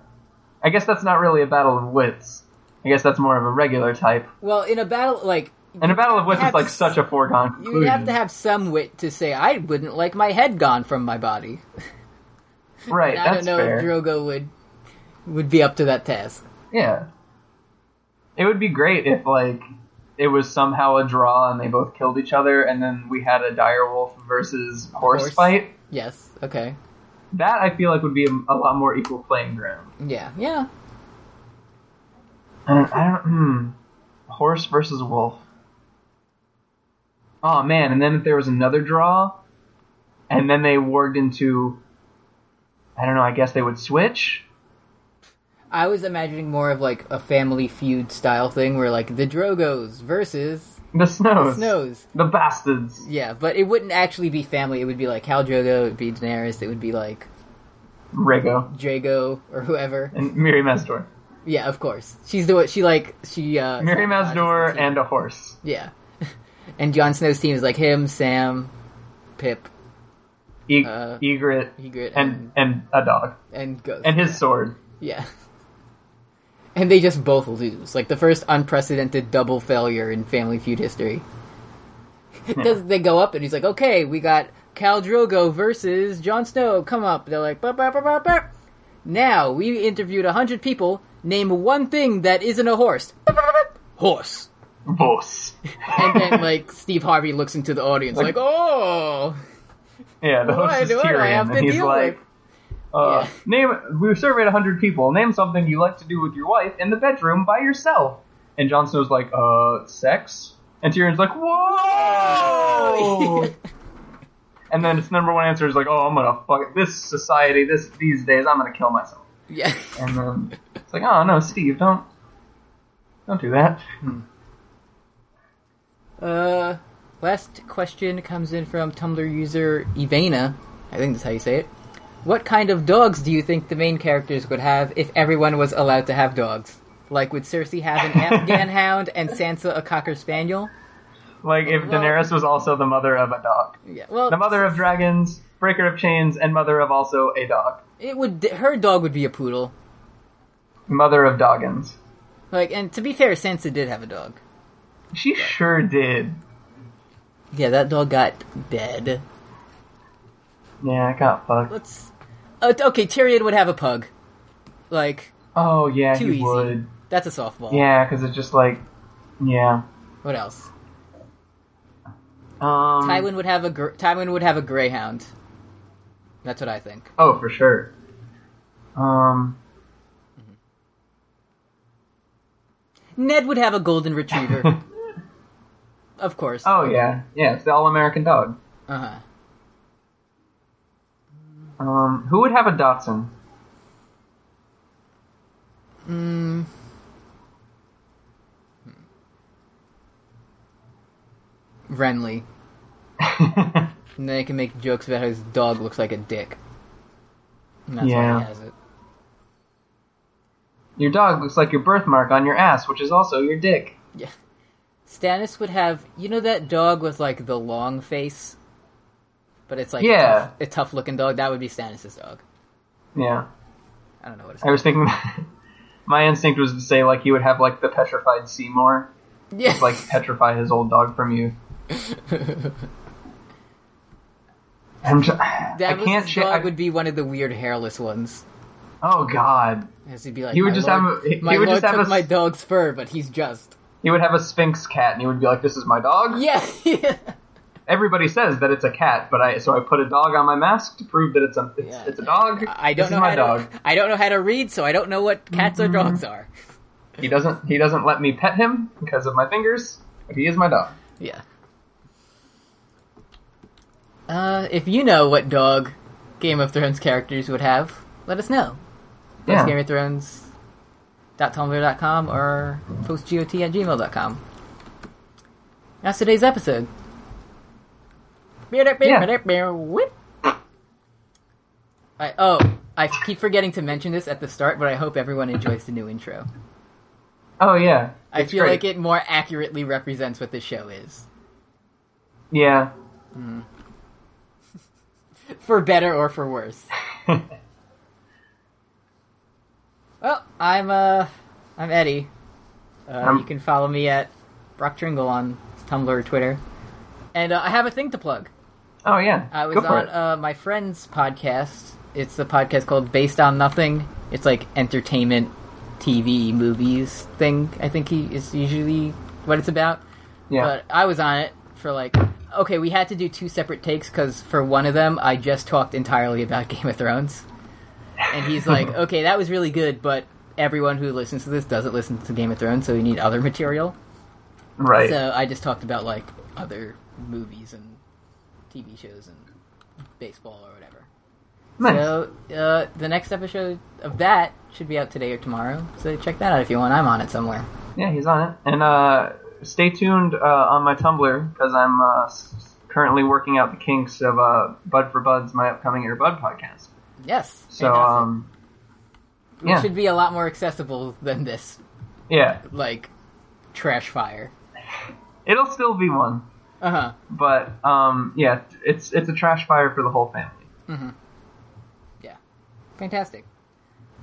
Speaker 2: I guess that's not really a battle of wits. I guess that's more of a regular type.
Speaker 1: Well, in a battle, like
Speaker 2: And a battle of wits
Speaker 1: have
Speaker 2: is like
Speaker 1: s-
Speaker 2: such a
Speaker 1: [LAUGHS]
Speaker 2: foregone conclusion.
Speaker 1: you'd have to have some wit to say, "I wouldn't like my head gone from my body."
Speaker 2: right.
Speaker 1: And I
Speaker 2: that's
Speaker 1: don't know
Speaker 2: fair.
Speaker 1: if Drogo would would be up to that task.
Speaker 2: Yeah. It would be great if like it was somehow a draw and they both killed each other and then we had a direwolf versus horse,
Speaker 1: Horse.
Speaker 2: fight.
Speaker 1: Yes. Okay.
Speaker 2: That I feel like would be a, a lot more equal playing ground.
Speaker 1: Yeah. Yeah.
Speaker 2: I don't, I don't hmm. Horse versus wolf. Oh man, and then if there was another draw and then they warged into I don't know, I guess they would switch.
Speaker 1: I was imagining more of like a family feud style thing where like the Drogos
Speaker 2: [LAUGHS]
Speaker 1: versus
Speaker 2: The snows.
Speaker 1: Snows.
Speaker 2: The bastards.
Speaker 1: Yeah, but it wouldn't actually be family. It would be like Cal Drogo. It would be Daenerys. It would be like
Speaker 2: Rego
Speaker 1: Drago or whoever.
Speaker 2: and Miri Mazdor.
Speaker 1: Yeah, of course. She's the one. She like she. uh
Speaker 2: Miri Mazdor
Speaker 1: Yeah.
Speaker 2: and a horse.
Speaker 1: Yeah. [LAUGHS] And Jon Snow's team is like him, Sam, Pip,
Speaker 2: E-
Speaker 1: Uh,
Speaker 2: egret
Speaker 1: Egret,
Speaker 2: and and a dog
Speaker 1: and Ghost.
Speaker 2: and his sword.
Speaker 1: yeah. And they just both lose. Like the first unprecedented double failure in Family Feud history. [LAUGHS] Does they go up and he's like, "Okay, we got Cal Drogo versus Jon Snow. Come up." They're like, "Bop, bop, bop, bop, bop." "Now we interviewed a hundred people. Name one thing that isn't a horse." Bop, bop, bop, bop. Horse. [LAUGHS]
Speaker 2: Boss.
Speaker 1: And then like Steve Harvey looks into the audience like, "Oh."
Speaker 2: Yeah, the
Speaker 1: Why
Speaker 2: host is
Speaker 1: do I have
Speaker 2: Tyrion,
Speaker 1: to
Speaker 2: and he's
Speaker 1: deal
Speaker 2: like, uh, "Name. We surveyed hundred people. Name something you like to do with your wife in the bedroom by yourself." And Jon Snow's like, "Uh, sex." And Tyrion's like, "Whoa!" and then its number one answer is like, "Oh, I'm gonna fuck this society. This these days, I'm gonna kill myself."
Speaker 1: Yeah. [LAUGHS]
Speaker 2: And then it's like, "Oh no, Steve, don't." Don't do that.
Speaker 1: Uh, last question comes in from Tumblr user Ivana. I think that's how you say it. What kind of dogs do you think the main characters would have if everyone was allowed to have dogs? Like, would Cersei have
Speaker 2: [LAUGHS]
Speaker 1: an Afghan hound and Sansa a cocker spaniel?
Speaker 2: Like if
Speaker 1: Well-
Speaker 2: Daenerys was also the mother of a dog.
Speaker 1: Yeah. Well,
Speaker 2: the mother of dragons, breaker of chains, and mother of also a dog,
Speaker 1: it would. Her dog would be a poodle.
Speaker 2: mother of doggins.
Speaker 1: Like, and to be fair, Sansa did have a dog.
Speaker 2: She sure did.
Speaker 1: Yeah, that dog got dead.
Speaker 2: Yeah, I got fucked.
Speaker 1: Let's. Uh, okay, Tyrion would have a pug. Like,
Speaker 2: Oh yeah,
Speaker 1: too
Speaker 2: he
Speaker 1: easy.
Speaker 2: would.
Speaker 1: That's a softball.
Speaker 2: Yeah, because it's just like, yeah.
Speaker 1: What else?
Speaker 2: Um,
Speaker 1: Tywin would have a gr- Tywin would have a greyhound. That's what I think.
Speaker 2: Oh, for sure. Um,
Speaker 1: Ned would have a golden
Speaker 2: [LAUGHS]
Speaker 1: retriever, of course.
Speaker 2: oh yeah, yeah. It's the all-American dog.
Speaker 1: Uh huh.
Speaker 2: Um, who would have a Dotson?
Speaker 1: Mm. Renly. And then they can make jokes about how his dog looks like a dick. And that's
Speaker 2: Yeah.
Speaker 1: why he has it.
Speaker 2: [LAUGHS] your dog looks like your birthmark on your ass, which is also your dick.
Speaker 1: Yeah. Stannis would have you know that dog with like the long face? But it's like a
Speaker 2: Yeah.
Speaker 1: tough- a tough looking dog. That would be Stannis' dog.
Speaker 2: Yeah,
Speaker 1: I don't know what it's
Speaker 2: I was thinking. [LAUGHS] my instinct was to say like he would have like the petrified Seymour,
Speaker 1: Yeah. [LAUGHS]
Speaker 2: like petrify his old dog from you. I'm [SIGHS] just, I
Speaker 1: Davos'
Speaker 2: can't.
Speaker 1: dog
Speaker 2: Cha- I-
Speaker 1: would be one of the weird hairless ones.
Speaker 2: oh God,
Speaker 1: As he'd be like,
Speaker 2: He would
Speaker 1: "My
Speaker 2: just
Speaker 1: lord-
Speaker 2: have a- he-
Speaker 1: my
Speaker 2: he would
Speaker 1: lord
Speaker 2: just have
Speaker 1: took
Speaker 2: a
Speaker 1: my
Speaker 2: s-
Speaker 1: dog's fur, but he's just [LAUGHS]
Speaker 2: he would have a Sphinx cat, and he would be like, "This is my dog."
Speaker 1: yeah, yeah,
Speaker 2: everybody says that it's a cat, but I so I put a dog on my mask to prove that it's a it's, it's a dog.
Speaker 1: I don't
Speaker 2: this
Speaker 1: know
Speaker 2: is my
Speaker 1: how
Speaker 2: dog.
Speaker 1: to. I don't know how to read, so I don't know what cats or dogs are.
Speaker 2: He doesn't he doesn't let me pet him because of my fingers, but he is my dog.
Speaker 1: Yeah. Uh, if you know what dog Game of Thrones characters would have, let us know. That's Game
Speaker 2: Yeah,
Speaker 1: of Thrones. .tumblr.com or postgot at gmail.com. That's today's episode. Whip. I, oh, I keep forgetting to mention this at the start, but I hope everyone enjoys the new intro.
Speaker 2: oh yeah,
Speaker 1: I
Speaker 2: It's
Speaker 1: feel
Speaker 2: great.
Speaker 1: like it more accurately represents what this show is.
Speaker 2: Yeah,
Speaker 1: For better or for worse. well, I'm uh I'm Eddie. Uh,
Speaker 2: I'm-
Speaker 1: you can follow me at Brock Tringle on Tumblr or Twitter. And uh, I have a thing to plug.
Speaker 2: oh yeah.
Speaker 1: I was
Speaker 2: Go for
Speaker 1: on
Speaker 2: it.
Speaker 1: uh, my friend's podcast. It's a podcast called Based on Nothing. It's like entertainment, TV, movies thing. I think he is usually what it's about.
Speaker 2: yeah.
Speaker 1: But I was on it for like, okay, we had to do two separate takes because for one of them, I just talked entirely about [LAUGHS] Game of Thrones. And
Speaker 2: [LAUGHS]
Speaker 1: he's like, okay, that was really good, but everyone who listens to this doesn't listen to Game of Thrones, so we need other material.
Speaker 2: right.
Speaker 1: So I just talked about like other movies and TV shows and baseball or
Speaker 2: [LAUGHS]
Speaker 1: whatever.
Speaker 2: nice.
Speaker 1: So uh, the next episode of that should be out today or tomorrow. So check that out if you want. I'm on it somewhere.
Speaker 2: Yeah, he's on it. And uh, stay tuned uh, on my Tumblr because I'm uh, s- currently working out the kinks of uh, Bud for Buds, my upcoming Earbud podcast.
Speaker 1: Yes.
Speaker 2: So
Speaker 1: fantastic.
Speaker 2: um,
Speaker 1: It
Speaker 2: yeah,
Speaker 1: should be a lot more accessible than this
Speaker 2: yeah,
Speaker 1: like trash fire.
Speaker 2: it'll still be one.
Speaker 1: Uh huh.
Speaker 2: But um, yeah, it's it's a trash fire for the whole family.
Speaker 1: Yeah. Fantastic.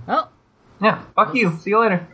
Speaker 1: Well,
Speaker 2: Yeah, fuck you. See you later.